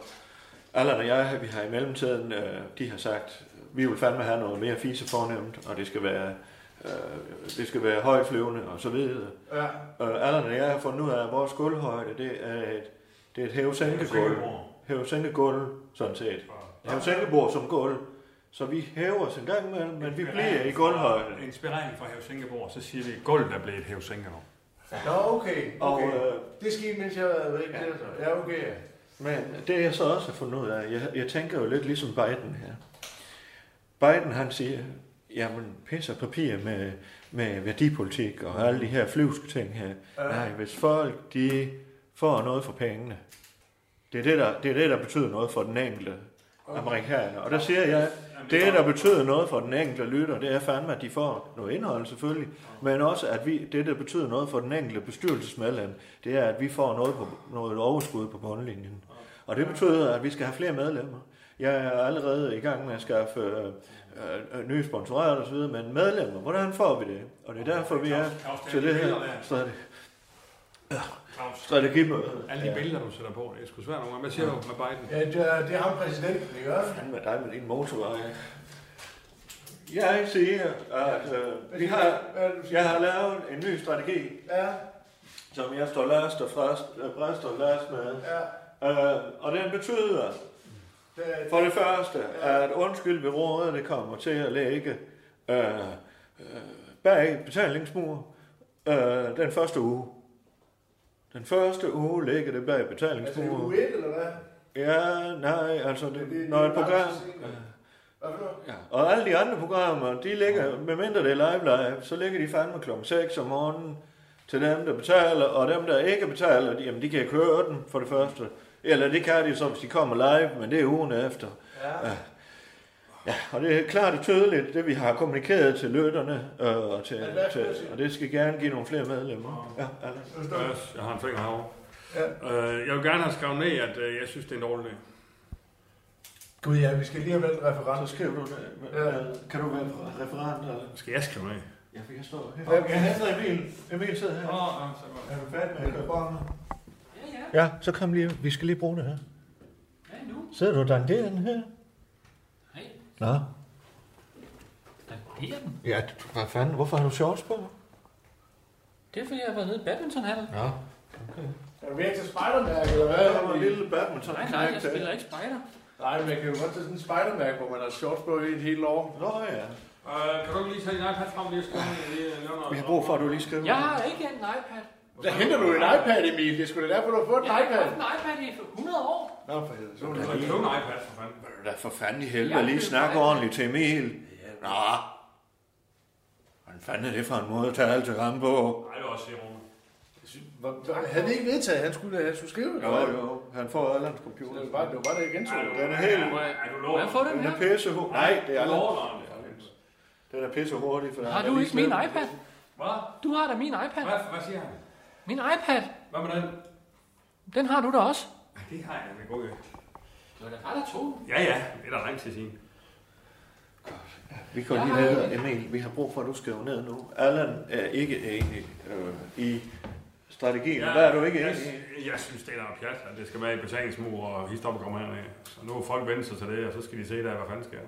Allan og jeg, vi har i mellemtiden, øh, de har sagt, vi vil fandme have noget mere fise fornemt, og det skal være, øh, det skal være højtflyvende og så videre.
Ja.
Øh, Allan og jeg har fundet ud af, at vores gulvhøjde, det er et, det er et hævesænkegulv. Hævesænkegulv, sådan set. Hævesænkebord som gulv. Så vi hæver os en gang imellem, men vi bliver i gulvhøjde.
Inspirering fra Hævsingborg, så siger vi, at gulvet er blevet et Hævsingborg.
Nå, okay. okay.
Og, øh,
det skete, mens jeg var væk. Ja, ja okay. ja.
Men det jeg så også har fundet ud af, jeg, jeg tænker jo lidt ligesom Biden her. Biden han siger, jamen pisser papir med, med værdipolitik og alle de her flyvske ting her. Nej, hvis folk de får noget for pengene, det er det, der, det er det, der betyder noget for den enkelte amerikaner. Og der siger jeg, det, der betyder noget for den enkelte lytter, det er fandme, at de får noget indhold selvfølgelig, men også, at vi, det, der betyder noget for den enkelte bestyrelsesmedlem, det er, at vi får noget, på, noget overskud på bundlinjen. Og det betyder, at vi skal have flere medlemmer. Jeg er allerede i gang med at skaffe øh, øh, nye sponsorater osv., men medlemmer, hvordan får vi det? Og det er derfor, vi er til det her strate-
Claus,
strategimøde.
alle de billeder, du sætter på, det er sgu svært nogle gange. Hvad siger du med Biden?
Ja, det er, det er ham præsidenten, ikke også?
Hvad med dig med din motorvej? Jeg siger, at øh, vi har, jeg har lavet en ny strategi,
Ja,
som jeg står last og frest, øh, bræst og last med.
ja.
Øh, og den betyder,
Det er,
for det første, at undskyld ved rådet, det kommer til at lægge øh, øh, bag betalingsmur øh, den første uge. Den første uge ligger det bag
altså, det er
betalingsmur.
uge 1, eller hvad?
Ja, nej, altså, det,
Det- det-
når
det
et
er
program...
ret sent, ja. Hvad for noget?
Ja. Og alle de andre programmer, de ligger, medmindre det er live live, så ligger de fandme kl. 6 om morgenen til dem, der betaler, og dem, der ikke betaler, de, jamen de kan køre den for det første. Eller det kan de så, hvis de kommer live, men det er ugen efter.
Ja.
Ja, og det er klart og tydeligt, det vi har kommunikeret til lytterne, øh, og, til,
Men hvad skal jeg
til,
sige?
og det skal gerne give nogle flere medlemmer. Ja, Allan.
Yes, jeg har en finger herovre. Øh, jeg vil gerne have skrevet ned, at øh, jeg synes, det er en dårlig idé.
Gud ja, vi skal lige have valgt en
så
referent.
skriver du, det.
Ja.
Øh, kan du være referent? Eller?
Skal jeg skrive ned?
Ja, for jeg står her.
Okay.
Jeg sidder Emil. Emil sidder her.
Åh, så godt.
Er du færdig med at køre bongen? Ja, ja. Ja, så kom lige. Vi skal lige bruge det her.
Hvad nu?
Sidder du og danderer den her?
Nej,
Nå.
der bliver den.
Ja, du- hvad fanden? Hvorfor har du shorts på?
Det er fordi, jeg har været nede i badmintonhallen.
Ja.
Er du virkelig til spidermærke, eller hvad?
Der var en lille badminton.
Nej, nej, jeg spiller ikke spejder.
Nej, men man kan jo godt tage sådan en spidermærke, hvor man har shorts på i et helt år.
Nå ja.
Øh, kan du ikke lige tage din iPad frem lige og skrive ned? lige, øh, nævner-
Vi har brug for, at du lige skriver.
Jeg har ikke en iPad.
Der henter du en iPad, Emil. Det er sgu da derfor, du har fået en
Jeg har ikke
iPad.
haft en iPad i 100 år.
Nå, for helvede. Så
Du kan købe en iPad, for fanden.
Da for fanden i helvede lige snakke ordentligt til Emil. Nå. Hvordan fanden er det for en måde at tage alt til ham på?
Nej, det er også Simon.
Havde vi ikke vedtaget, at han skulle, han skulle skrive det?
Jo, jo. Han får Allans
Det
computer.
var bare det, var bare det igen,
Ej, du-
Den er helt...
Ej, du lover.
Må jeg få den
Den
her?
er pisse Nej, det er
Du
Allan.
lover dig.
Den er pisse hurtig. For han
Har
er
du
lige
ikke min
slet-
iPad?
Hvad?
Du har da min iPad.
Hvad, hvad siger han?
Min iPad,
Hvad med den?
den har du da også.
Ej, Det har jeg med god idé.
Det var da ret at tro.
Ja, ja, det er da lang tid siden.
Vi går lige ned, Emil. Vi har brug for, at du skriver ned nu. Allan er ikke enig øh, i strategien. Ja, Hvad er du ikke
jeg,
enig i?
jeg, jeg synes, det er noget pjat, at det skal være i betalingsmur og histoppen kommer herned. Så nu er folk vendt sig til det, og så skal de se der, hvad fanden sker.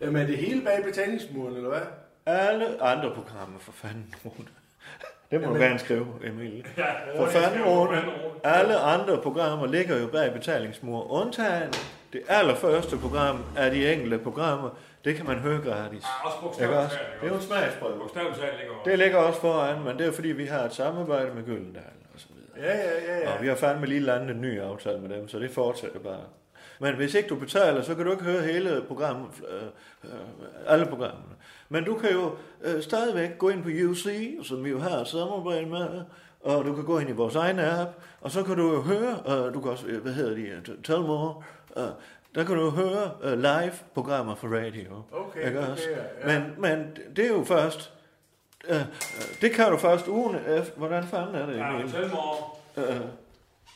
Jamen, er det hele bag betalingsmuren, eller hvad?
Alle andre programmer, for fanden, Rune. Det må du gerne skrive, Emil.
Ja,
For fanden, Rune. Alle andre programmer ligger jo bag betalingsmur. Undtagen det allerførste program af de enkelte programmer, det kan man høre gratis.
Også
Ikke
bogstaveligt
også?
talt,
Det er
ikke
jo en
også?
smagsprøve.
Bogstaveligt talt ligger over.
Det ligger også foran, men det er fordi, vi har et samarbejde med Gyldendal og så videre.
Ja, ja, ja, ja.
Og vi har fandme lige landet en ny aftale med dem, så det fortsætter bare. Men hvis ikke du betaler, så kan du ikke høre hele programmet, øh, øh, alle programmerne. Men du kan jo øh, stadigvæk gå ind på UC, som vi jo har et samarbejde med, og du kan gå ind i vores egen app, og så kan du jo høre, øh, du kan også, øh, hvad hedder de, øh, Tell More, øh, der kan du jo høre øh, live-programmer for radio.
Okay,
ikke
okay,
også?
ja.
Men, men det er jo først, øh, øh, det kan du først ugen efter, hvordan fanden er det?
Ja,
Emil?
hotel mor.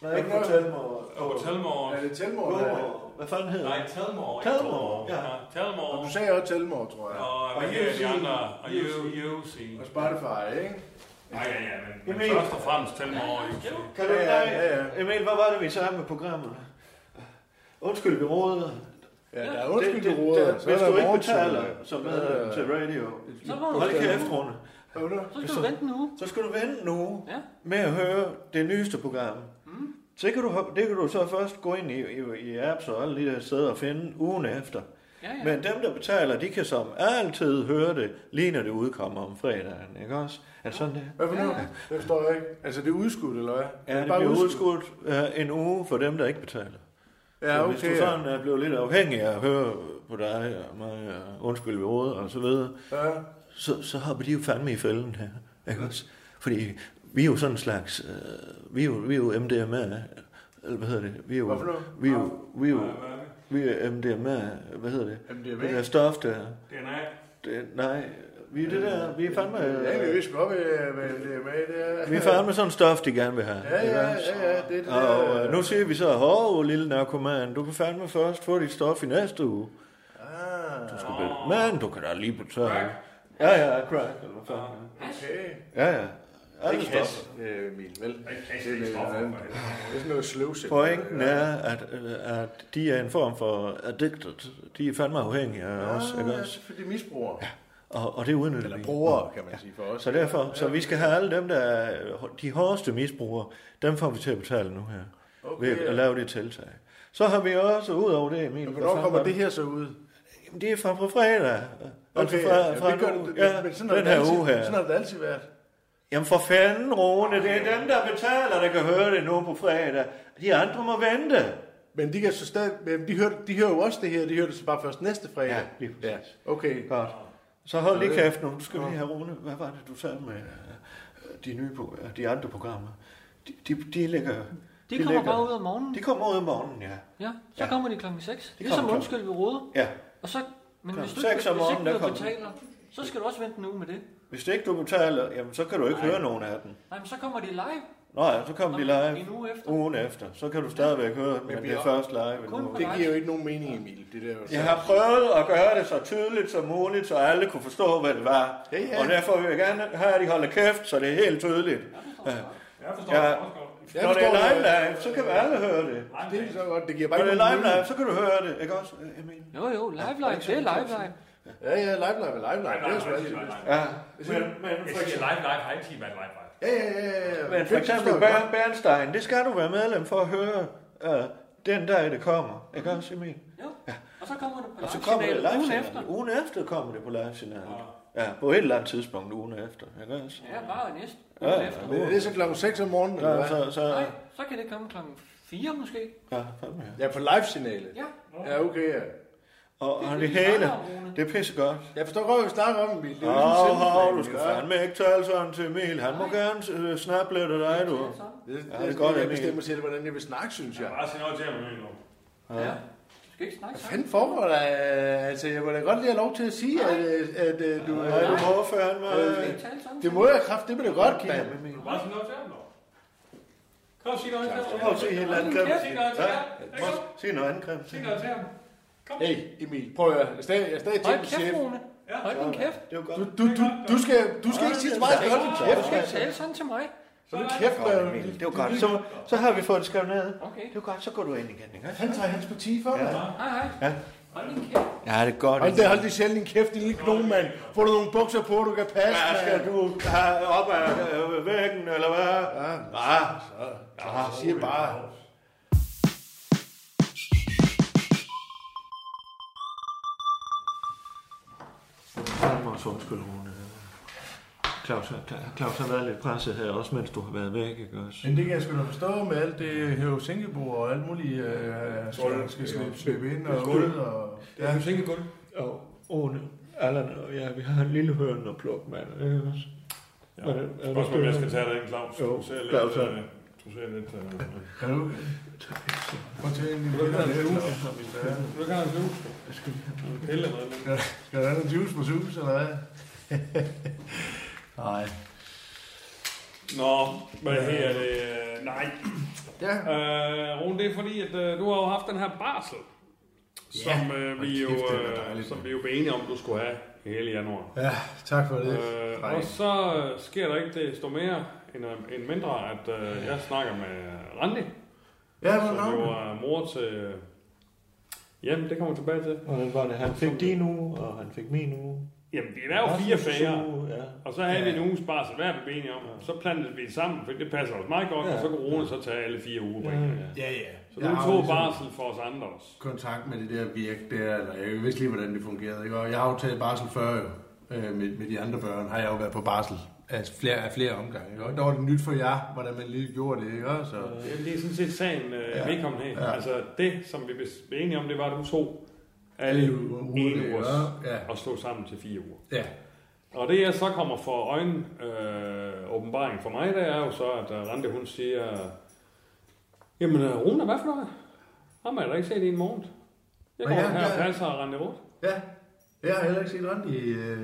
Nej, ikke på Talmor.
Og Telmore.
Er det Telmor?
Talmor. Hvad fanden hedder
Nej,
det?
Telmore.
Telmore, ja.
Telmore.
Og du sagde også Telmor, tror jeg.
Og hvad hedder de andre? Og UC.
Og Spotify, ikke?
Nej, ja, ja, men,
Jeg
men
mener-
først og fremmest Telmore og UC.
Kan du
Ja,
ikke
ja,
nej?
ja, ja.
Emil, hvad var det, vi sagde med programmet? Undskyld, vi råder.
Ja, der er undskyld,
Det-
du
det-
råder.
det- Hvis du ikke betaler, som hedder til radio,
Så må du,
hold kæft, Rune.
Hvad var det?
så skal du vente nu.
Så skal du vente nu
Ja. Mm.
med at høre det nyeste program. Så kan du, hop- det kan du så først gå ind i, i, i apps og alle de der steder og finde ugen efter.
Ja, ja.
Men dem, der betaler, de kan som altid høre det, lige når det udkommer om fredagen, ikke også? Er det sådan det?
Hvad for noget? Det forstår jeg ikke. Altså, det er udskudt, eller hvad?
Ja, det bliver udskudt øh, en uge for dem, der ikke betaler.
Ja,
Så hvis du
okay.
sådan er blevet lidt afhængig af at høre på dig og mig, og undskyld ved råd og så videre,
Ja.
så, så hopper de jo fandme i fælden her, ikke også? Fordi vi er jo sådan en slags, øh, vi, er jo, vi er jo MDMA, eller hvad hedder det? Vi er jo,
Hvad for noget?
vi er jo, vi er jo, vi er MDMA, hvad hedder det?
MDMA?
Det der stof der,
DNA.
det, nej, vi er det der, vi er fandme,
Ja, vi
øh,
ved sgu godt, hvad- hvad det er med. Det er.
vi er fandme sådan stof, de gerne vil have.
Ja,
ikke
ja,
også?
ja, ja, det er det
Og øh,
der.
nu siger vi så, hov, lille narkoman, du kan fandme først få dit stof i næste uge.
Ah,
Du skal be- Men du kan da lige betale. Ja, ja, crack, eller hvad fanden.
okay.
Ja, ja. Alle
Ikke
stoffer.
has, øh, Emil, vel? Det
has,
er
det er
lidt
stoffer,
andet.
for
Det er sådan noget sløvsind.
Pointen er, at, øh, at de er en form for addicted. De er fandme afhængige af os, ikke
Ah, Ja,
også?
fordi misbrugere.
Og, og det udnytter
Eller
vi.
brugere, kan man sige for os.
Så derfor, så vi skal have alle dem, der er de hårdeste misbrugere, dem får vi til at betale nu her.
Okay.
Ved at lave det tiltag. Så har vi også, ud over det, Emil.
Men
hvad
Hvornår
fanden var
kommer det
det?
her så ud?
Jamen, det er fra på fredag. Altså
Okay,
fra,
ja,
fra
det gør
nu,
det,
ja,
men sådan har
den
det
her
altid-
uge her.
Sådan har det altid været.
Jamen for fanden, Rune, det er dem, der betaler, der kan høre det nu på fredag. De andre må vente.
Men de, kan så stadig, men de, hører, de hører jo også det her, de hører det så bare først næste fredag.
Ja, lige præcis.
Ja, okay.
Godt. Så hold lige kæft nu. Nu skal vi lige have Rune. Hvad var det, du sagde med øh, de nye på, øh, de andre programmer? De, de, de ligger...
De kommer bare ud om morgenen.
De kommer ud om morgenen, ja.
Ja, så
Ja.
kommer de klokken 6.
De
Ligesom
kommer klokken-
undskyld ved råde.
Ja,
Og så, men
Klokken
hvis du ikke,
seks om
hvis
morgenen,
ikke
der
du
kommer de.
betaler, så skal du også vente en uge med det.
hvis ikke du betaler, jamen, så kan du ikke høre nogen af dem.
Nej, men så kommer de live.
Nå ja, så kommer de
En
live
uge efter.
ugen efter. Så kan du stadigvæk høre dem, men
vi
det er
har-
først live. en
Kun
uge.
Det
på live.
giver jo ikke nogen mening, Emil. Det der jo
Jeg har prøvet at gøre det så tydeligt som muligt, så alle kunne forstå, hvad det var.
Ja, ja.
Og derfor vil jeg gerne have, at de holder kæft, så det er helt tydeligt. Ja,
Jeg forstår
Ja.
det også godt.
Jeg
Når det er
forstår
live
det.
live, så kan alle høre det.
Nej,
Det er så godt, det giver bare
Når det
ikke
er
nogen
live live,
mening.
så kan du høre det, ikke også, Emil?
Jo, jo, live live. Det er live live.
Ja, ja, live, live, live, live. Det er sgu altid. bedst.
Ja. Men,
Jeg
men, for,
siger, live, live har altid været live, live.
Ja, ja, ja, ja, ja.
men for
Det
eksempel
forstår jeg godt.
Ber- Bernstein, det skal du være medlem for at høre øh, den dag, det kommer. Ikke også, Emil?
Jo. Og så kommer det på
Og så
live
kommer det
signalet
live
ugen
signalet.
efter. Ah.
Ugen efter kommer det på live signalet. Ja, på et eller andet tidspunkt ugen efter. Ikke også?
Ja, bare næste
Ja,
ugen
ja.
efter.
Men er det så klokken 6 om morgenen, eller
Ja,
hvad?
så, så,
Nej, så kan det komme klokken 4 måske.
ja, fandme, ja.
Ja, på live-signalet.
Ja.
Ja, okay, ja.
Og, og
det,
det
vi
hele,
snakker om, Rune.
det er pissegodt.
Jeg forstår godt, hvad vi snakker om, Emil. Det er jo ligesom
Åh,
sådan en
oh,
sendeplan,
du skal
ikke?
fandme ikke tale sådan til Emil. Han må gerne øh, snappe lidt af dig, du.
Det, det,
er
det,
godt,
jeg
Emil.
bestemmer selv, hvordan jeg vil snakke, synes jeg.
Bare sig noget til ham nu.
Ja. Du skal ikke snakke
Hvad
sammen.
fanden foregår der? Altså, jeg må da godt lige have lov til at sige, at, øh, at, øh, du...
Nej, du må fandme...
Du skal
øh,
ikke tale sammen.
Det må jeg kraft, det vil da godt,
kigge
mand.
på Emil.
Bare sig noget til ham nu. Kom, sig noget til ham.
Prøv at se en eller anden grim.
Sig noget til
Ja,
ham. Ikke?
sig noget andet grim.
Sig noget til ham. Kom.
Hey, Emil, prøv at høre. Jeg er stadig, jeg er stadig
Hold
til
kæft,
chef.
Rune. Hold din kæft.
Det er jo
Du,
godt.
du, du, du, skal, du skal ikke sige så meget, jeg skal holde din
Du
kæft.
skal ikke tale sådan til mig.
Hold din kæft, mand.
Emil, Det er jo godt. Så, så har vi fået det skrevet ned.
Okay.
Det er godt, så går du ind igen, ikke?
Han tager hans parti for mig.
Hej, hej.
Ja.
Hold din kæft.
Ja, det er godt.
Hold da, hold din sjældent din kæft, din lille gnom, mand. Får du nogle bukser på, du kan passe,
Hvad skal
mand.
du have op ad øh, væggen, eller hvad?
Ja,
Ja,
jeg siger bare.
fandme også undskyld, Rune. Claus, har- Claus har været lidt presset her, også mens du har været væk, ikke også?
Men det kan jeg sgu da forstå med alt det høve sænkebord og alt muligt, øh, skal, skal slippe- slippe ind og ud. Og, ja.
Du tænker godt.
Og Rune, Allan og jeg, vi har en lille høne at plukke, mand. ikke også? Er det- er det-
Spørgsmål, jeg skal tage dig ind, Claus.
Jo,
Du ser lidt...
Claus, ja.
øh, Du ser lidt... øh,
Kan du? Prøv at tage en lille
Du vil gerne have en juice. Du vil pille noget.
Skal der have noget juice på sus, eller hvad? Nej.
Nå, hvad her det? Øh, Nej.
Ja.
Øh, Rune, det er fordi, at øh, du har jo haft den her barsel, som, øh, vi, jo,
kæft, det var
øh,
dejligt,
som
mand.
vi jo blev enige om, du skulle have i hele januar.
Ja, tak for det.
Øh,
Nej.
og så øh, sker der ikke desto mere end, øh, end mindre, at øh, jeg snakker med Randi,
Ja,
som
hvor
jo
navn?
er mor til... øh, Jamen, det kommer vi tilbage til.
Hvordan var det? Han fik din uge, og han fik min uge.
Jamen, vi er jo fire fære.
Ja.
Og så havde ja. vi en uges barsel, hver vi blev enige om. Så plantede vi det sammen, for det passer os meget godt, ja. og så kunne Rune så tage alle fire uger på ja.
Ja, ja.
Så
Jeg
nu
har
tog
jo ligesom
barsel for os andre også.
kontakt med det der virk der, eller jeg vidste lige, hvordan det fungerede. Ikke? Og jeg har jo taget barsel før jo. Øh, med, med, de andre børn har jeg jo været på barsel af flere, af flere omgange. Ikke? Og der var det nyt for jer, hvordan man lige gjorde det. Ikke? Og Så,
Jamen, det er sådan set sagen øh, ja. vedkommende her. Ja.
Ja.
Altså, det, som vi blev enige om, det var, at du tog alle
Alle uger,
en
ikke?
uger
Ja.
og slog sammen til fire uger.
ja.
Og det, jeg så kommer for øjen øh, åbenbaring for mig, det er jo så, at øh, Randi, hun siger, jamen, øh, Rune, hvad for noget? Ham har jeg da ikke set i en måned. Jeg
Men
går
ja,
her og
ja.
passer Randi rundt.
ja. Jeg har heller ikke set Rand i øh,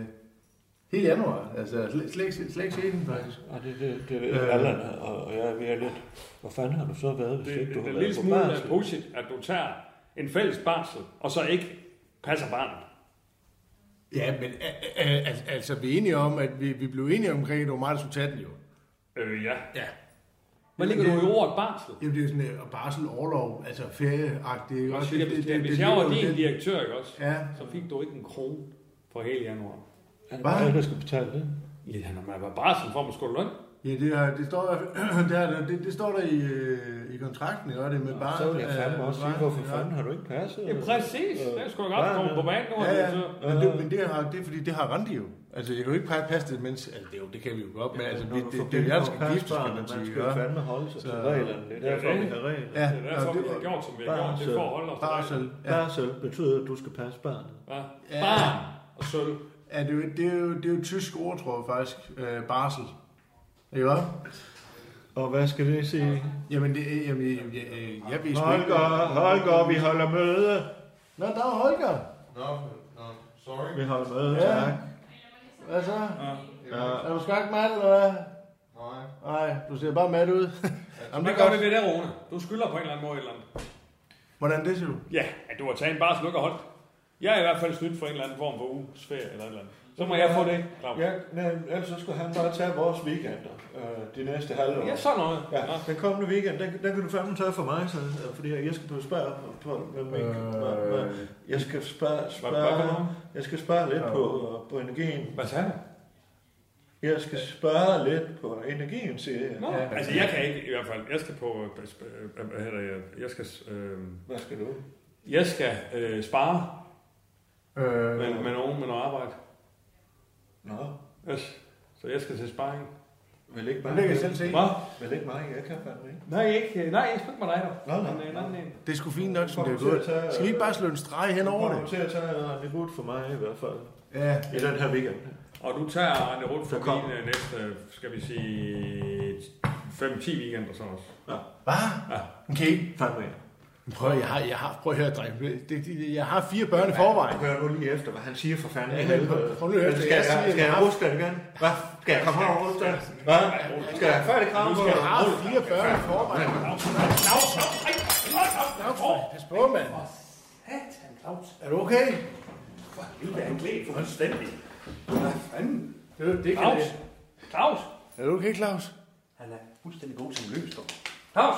hele januar. Altså, slet, slet, ikke- slet ikke set den faktisk.
Og det, det, det ved øh. Allan, og, og jeg vi er lidt... Hvor fanden har du så været, hvis
Det, det,
ikke du
det
har
er en
været på
lille smule
barsel?
barsel. bullshit, at du tager en fælles barsel, og så ikke passer barnet.
Ja, men al- al- al- altså, vi er enige om, at vi, vi blev enige omkring, at det var mig, der skulle tage den jo.
Øh, ja.
Ja.
Hvad ligger du i ordet barsel?
Jamen, det er jo sådan øh, barsel, overlov, altså ferieagtigt. ikke?
Også
Også
det, det, det, hvis jeg var
ligger jo
din
den-
direktør, ikke også,
Ja.
så fik du ikke en krone for hele januar.
Han
Hvad?
er der skal betale det.
Ja, når man var barsel for, at man skulle løn.
Ja, det, har, det, står, [CLEARS THROAT] i hvert fald- det, har, det, det står der i, øh, i kontrakten, ikke? Og det er med øh, bare...
så vil jeg fandme også sige,
barn,
hvorfor
ikke?
fanden har du ikke passet?
Ja, præcis. Det er sgu da godt
Ja,
komme
ja.
på banen nu.
Ja,
altså.
ja. Men, det, men det, har, det er fordi, det har Randi jo. Altså, jeg kan jo ikke pege- passe det, mens... Altså, det, er jo, det kan vi jo godt, men altså,
Når
vi,
du
det, det,
får
det, er jo jer, der
penge for
skal giftes,
kastbarnet,
kan man sige.
Man skal jo
ikke?
fandme holde sig til
Så-
reglerne. Det er derfor,
det.
vi har regler.
Ja,
Det er derfor,
og
vi har gjort, som vi har gjort. Det er for at holde os til
Barsel.
reglen.
Ja.
Barsel betyder, at du skal passe barnet.
Hva?
Ja.
Barn og sølv.
Ja, det, er jo, det, er jo, det er jo et tysk ord, tror jeg faktisk. Øh, barsel. Ikke også?
Og hvad skal det sige?
Jamen, det, øh, jamen, jeg, jeg, jeg, jeg ved sgu ikke-
Holger, Holger, vi holder møde.
Nå, der er Holger.
Vi holder møde,
Ja.
tak.
Hvad så?
Ja.
Er du skak med eller hvad? Nej. Nej, du ser bare mat ud. [LAUGHS] Jamen,
Hvad
det er
gør vi
godt.
ved det, Rune? Du skylder på en eller anden måde et eller andet.
Hvordan det ser du?
Ja, at du har taget en barsel, du ikke har holdt. Jeg er i hvert fald snydt for en eller anden form for uges ferie eller et eller andet. Så må jeg få det, Claus.
Ja, nej, ellers så skulle han bare tage vores weekender øh, de næste halve år.
Ja, sådan noget.
Ja,
Ja.
Ah, den kommende weekend, den, den kan du fandme tage for mig, så, øh, fordi jeg skal på spare på, med mink.
Øh.
Med- med- Jeg skal spare,
Hvad- hvad for noget?
spare, jeg skal spare lidt på, øh, på energien.
Hvad sagde du?
Jeg skal spare lidt på energien, siger jeg.
Nå, altså jeg kan ikke i hvert fald. Jeg skal på, øh, sp- øh, hvad hedder jeg, jeg skal, øh,
Hvad skal du?
jeg skal øh, spare
Øh,
med, med nogen med noget arbejde.
Nå,
Yes. Så jeg skal til sparring.
vil ikke
men
mig.
det kan jeg selv se.
Hvad?
Vil ikke mig, jeg kan fandme ikke.
Nej, ikke. Nej, jeg skal ikke med dig dog.
Nå, nej.
Men, øh, en anden en.
Det er sgu fint nok, som det er
Kommer til
gået.
at tage-
Skal vi ikke bare slå en streg hen
Du
over
kommer
det?
til at tage en debut for mig i hvert fald.
Ja.
I den her weekend.
Og du tager Arne rundt for
Der kommer.
min øh, næste, skal vi sige, 5-10 weekender sådan også.
Hvad? Okay.
Fandme.
Men Prøv, jeg har, jeg har, prøv at høre, dreng. Det, det, jeg har fire børn i forvejen.
Hør nu lige efter, hvad han siger for fanden.
Ja,
helvede.
prøv nu at høre,
Men
det
skal,
jeg
jeg,
siger,
skal
jeg
jeg
har-
ruske den igen? Hvad? Skal jeg komme over og ruske den? Hvad? Skal jeg have færdig krav på?
Jeg har fire børn i forvejen. Claus, Pas på, mand. Er du okay? For helvede, han glæd fuldstændig. Hvad fanden? Det, det kan
Claus!
det.
Claus!
Er du okay, Claus?
Han er fuldstændig god som løs, dog.
Claus!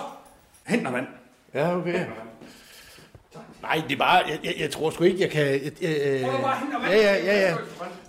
Hent noget vand.
Ja, okay. Nej, det er bare, jeg, jeg, jeg tror sgu ikke, jeg kan... Jeg, jeg, jeg,
Prøv nu bare at hente noget
ja,
vand.
ja, ja, ja.